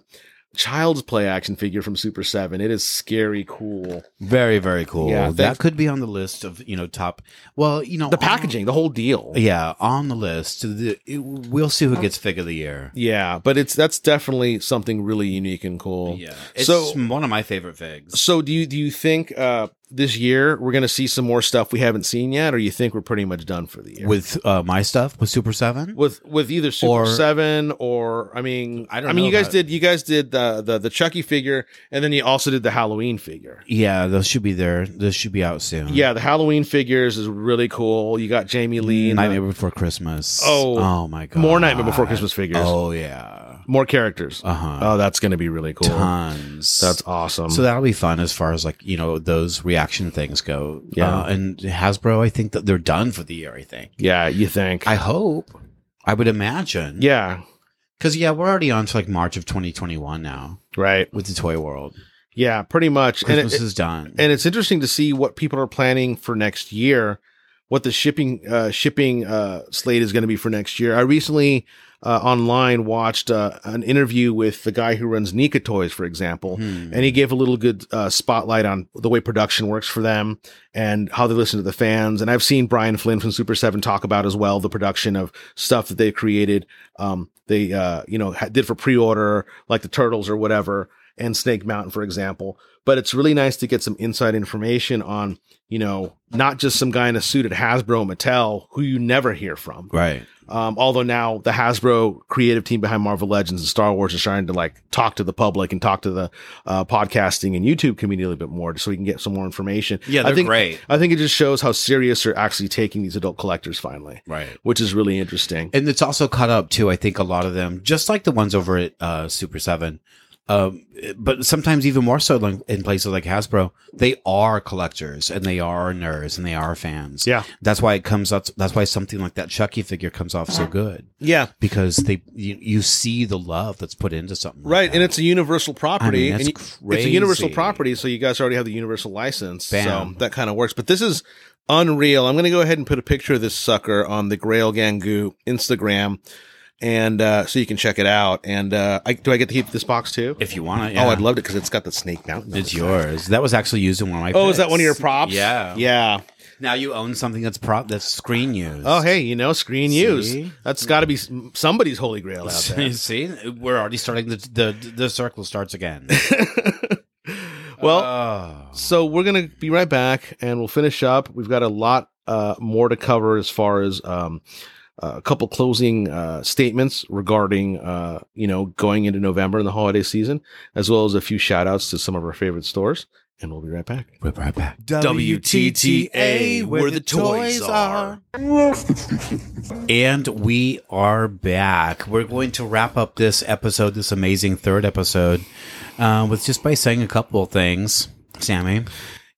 S6: child's play action figure from Super Seven. It is scary cool.
S5: Very, very cool.
S6: Yeah, thanks.
S5: that could be on the list of you know top. Well, you know
S6: The
S5: on-
S6: packaging, the whole deal.
S5: yeah, on the list. The, it- we'll see
S6: Oh.
S5: who gets fig of the year.
S6: Yeah, but it's that's definitely something really unique and cool.
S5: Yeah, it's
S6: So-
S5: one of my favorite figs.
S6: So do you do you think uh, this year we're going to see some more stuff we haven't seen yet, or you think we're pretty much done for the year
S5: With uh, my stuff with Super Seven.
S6: with with either Super
S5: Or-
S6: Seven or I mean
S5: I don't
S6: mean
S5: know
S6: you guys
S5: about-
S6: did you guys did the, the the Chucky figure and then you also did the Halloween figure.
S5: Yeah, those should be there. Those should be out soon.
S6: Yeah, the Halloween figures is really cool. You got Jamie Lee, and
S5: Nightmare
S6: the-
S5: Before Christmas.
S6: uh, Oh,
S5: oh my god,
S6: more Nightmare Before Christmas figures.
S5: Oh yeah,
S6: more characters.
S5: Uh-huh.
S6: Oh, that's going to be really cool.
S5: tons.
S6: That's awesome.
S5: So that'll be fun as far as like you know those reaction things go.
S6: Yeah.
S5: Uh, and Hasbro, I think that they're done for the year. I think.
S6: yeah, you think?
S5: I hope. I would imagine.
S6: yeah,
S5: Because yeah, we're already on to like March of 2021 now
S6: right.
S5: with the toy world.
S6: Yeah, pretty much. And it-
S5: Christmas is done.
S6: and it's interesting to see what people are planning for next year, what the shipping uh, shipping uh, slate is going to be for next year. I recently uh, online watched uh, an interview with the guy who runs Nika Toys, for
S5: Mm-hmm.
S6: example,
S5: Hmm.
S6: and he gave a little good uh, spotlight on the way production works for them and how they listen to the fans. And I've seen Brian Flynn from Super Seven talk about as well the production of stuff that they created. Um, they uh, you know ha- did for pre order like the Turtles or whatever and Snake Mountain, for example. But it's really nice to get some inside information on, you know, not just some guy in a suit at Hasbro Mattel who you never hear from.
S5: right.
S6: Um, although now the Hasbro creative team behind Marvel Legends and Star Wars is starting to like talk to the public and talk to the uh, podcasting and YouTube community a little bit more, so we can get some more information.
S5: Yeah,
S6: I
S5: they're
S6: think,
S5: great.
S6: I think it just shows how serious they're actually taking these adult collectors finally,
S5: Right.
S6: Which is really interesting.
S5: And it's also caught up too. I think a lot of them, just like the ones over at uh, Super Seven, um, but sometimes even more so like, in places like Hasbro, they are collectors and they are nerds and they are fans.
S6: Yeah.
S5: that's why it comes up. That's why something like that Chucky figure comes off so good
S6: yeah,
S5: because they you, you see the love that's put into something. like
S6: Right,
S5: that.
S6: and it's a universal property.
S5: that's
S6: and you- It's a universal
S5: crazy.
S6: property, so you guys already have the universal license. So
S5: Bam.
S6: that kind of works. But this is unreal. I'm going to go ahead and put a picture of this sucker on the Grail Gangu Instagram, and uh, so you can check it out. And uh, I, do I get to keep this box too?
S5: if you want to.
S6: Oh, I'd love it because it's got the Snake Mountain. on
S5: It's
S6: it.
S5: yours. That was actually used in one of my.
S6: Oh, is that
S5: picks.
S6: one of your props?
S5: Yeah.
S6: yeah.
S5: Now you own something that's prop that's screen used.
S6: Oh, hey, you know, screen use.
S5: See?
S6: That's got to be s- somebody's holy grail out there.
S5: You (laughs) see, we're already starting the the, the circle starts again.
S6: (laughs) Well,
S5: Oh.
S6: So we're gonna be right back, and we'll finish up. We've got a lot uh, more to cover as far as um, a couple closing uh, statements regarding uh, you know going into November and the holiday season, as well as a few shout outs to some of our favorite stores. And we'll be right back.
S5: We're right back.
S6: WTTA, where the toys are.
S5: and we are back. We're going to wrap up this episode, this amazing third episode, uh, with just by saying a couple of things, Sammy.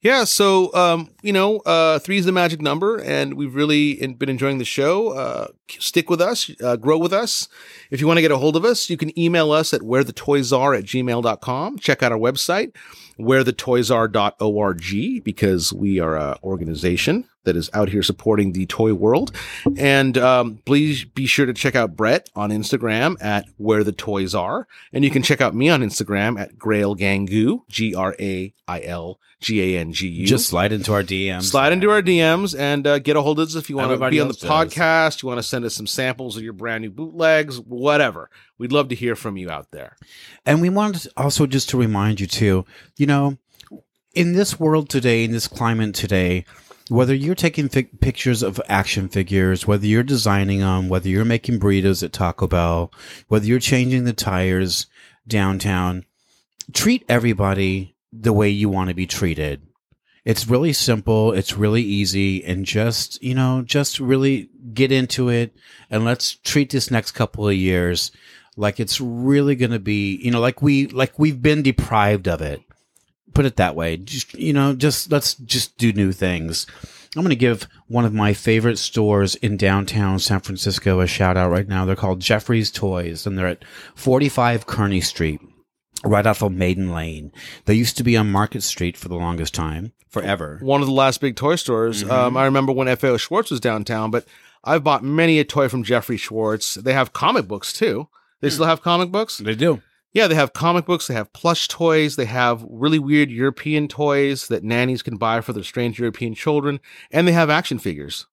S6: Yeah, so um, you know, uh, three is the magic number, and we've really en- been enjoying the show. Uh, k- stick with us, uh, grow with us. If you want to get a hold of us, you can email us at where the toys are at gmail.com. Check out our website, where the toys are.org, because we are an organization that is out here supporting the toy world. And um, please be sure to check out Brett on Instagram at where the toys are. And you can check out me on Instagram at Grail Gangu, G R A I L G A N G U.
S5: Just slide into our DMs.
S6: Slide into our DMs and uh, get a hold of us if you want to
S5: Everybody
S6: be on the
S5: else does.
S6: podcast. You want to send us some samples of your brand new bootlegs, whatever. We'd love to hear from you out there.
S5: And we wanted to also just to remind you too, you know, in this world today, in this climate today, whether you're taking fi- pictures of action figures, whether you're designing them, whether you're making burritos at Taco Bell, whether you're changing the tires downtown, treat everybody the way you want to be treated. It's really simple, it's really easy, and just, you know, just really get into it and let's treat this next couple of years like it's really going to be, you know, like we like we've been deprived of it. Put it that way. Just, you know, just let's just do new things. I'm going to give one of my favorite stores in downtown San Francisco a shout out right now. They're called Jeffrey's Toys and they're at 45 Kearney Street right off of Maiden Lane. They used to be on Market Street for the longest time, forever.
S6: One of the last big toy stores. Um, I remember when FAO Schwartz was downtown, but I've bought many a toy from Jeffrey Schwartz. They have comic books too. They still have comic books?
S5: They do.
S6: Yeah, they have comic books, they have plush toys, they have really weird European toys that nannies can buy for their strange European children, and they have action figures.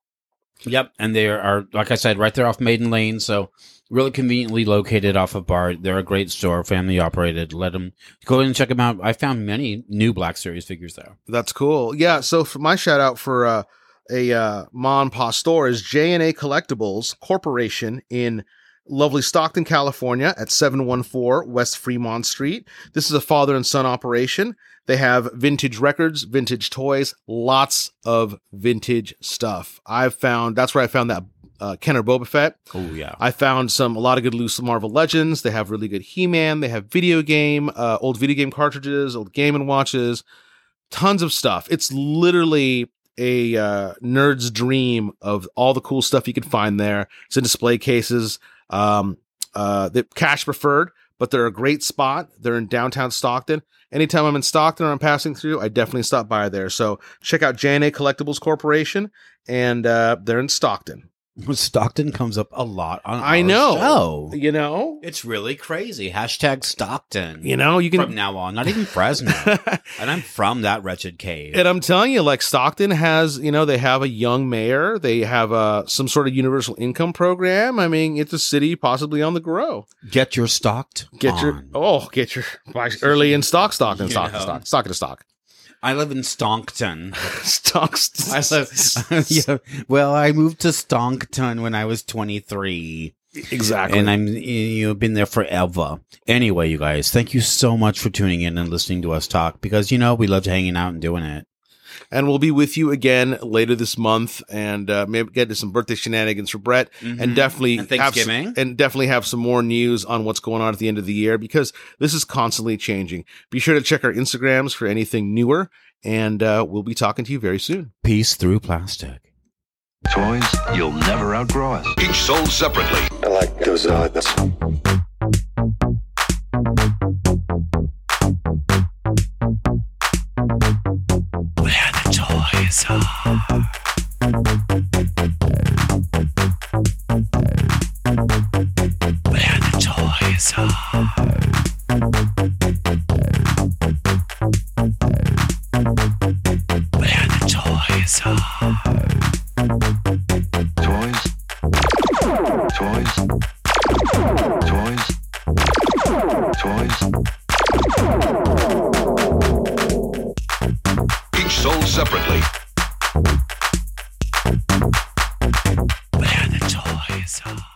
S5: Yep, and they are like I said, right there off Maiden Lane, so really conveniently located off of Bart. They're a great store, family operated. Let them go in and check them out. I found many new Black Series figures there.
S6: That's cool. Yeah. So for my shout out for uh, a uh, Ma and Pa store is J and A Collectibles Corporation in lovely Stockton, California, at seven one four West Fremont Street. This is a father and son operation. They have vintage records, vintage toys, lots of vintage stuff. I've found that's where I found that uh, Kenner Boba Fett.
S5: Oh yeah,
S6: I found some a lot of good loose Marvel Legends. They have really good He-Man. They have video game, uh, old video game cartridges, old Game and Watches, tons of stuff. It's literally a uh, nerd's dream of all the cool stuff you can find there. It's in display cases. Um, uh, the cash preferred, but they're a great spot. They're in downtown Stockton. Anytime I'm in Stockton or I'm passing through, I definitely stop by there. So check out JNA Collectibles Corporation, and uh, they're in Stockton.
S5: Stockton comes up a lot on
S6: I
S5: our
S6: know.
S5: show.
S6: You know,
S5: It's really crazy. Hashtag Stockton.
S6: you know, you
S5: from
S6: can.
S5: now on, not even
S6: (laughs)
S5: Fresno. and I'm from that wretched cave.
S6: And I'm telling you, like Stockton has, you know, they have a young mayor. They have uh, some sort of universal income program. I mean, it's a city possibly on the grow.
S5: Get your stocked.
S6: Get your
S5: on.
S6: oh, get your
S5: (laughs)
S6: early in stock, stock and
S5: You
S6: stock,
S5: know.
S6: stock, stock to stock, (laughs)
S5: I live in Stonkton.
S6: stock.
S5: I live. (laughs)
S6: (laughs)
S5: yeah, well, I moved to Stonkton when I was 23.
S6: exactly.
S5: and I'm you've been there forever. Anyway, you guys, thank you so much for tuning in and listening to us talk because you know we loved hanging out and doing it.
S6: and we'll be with you again later this month, and uh, maybe get to some birthday shenanigans for Brett,
S5: Mm-hmm.
S6: and definitely
S5: And
S6: have some-
S5: Thanksgiving.
S6: and definitely have some more news on what's going on at the end of the year because this is constantly changing. Be sure to check our Instagrams for anything newer, and uh, we'll be talking to you very soon.
S5: Peace through plastic.
S1: Toys, you'll never outgrow us.
S2: Each sold separately.
S9: I like those odds.
S4: where the toys are. Where the toys are. Where the toys are.
S1: Toys. Toys. Toys. Toys.
S2: Each sold separately.
S4: Where the toys are.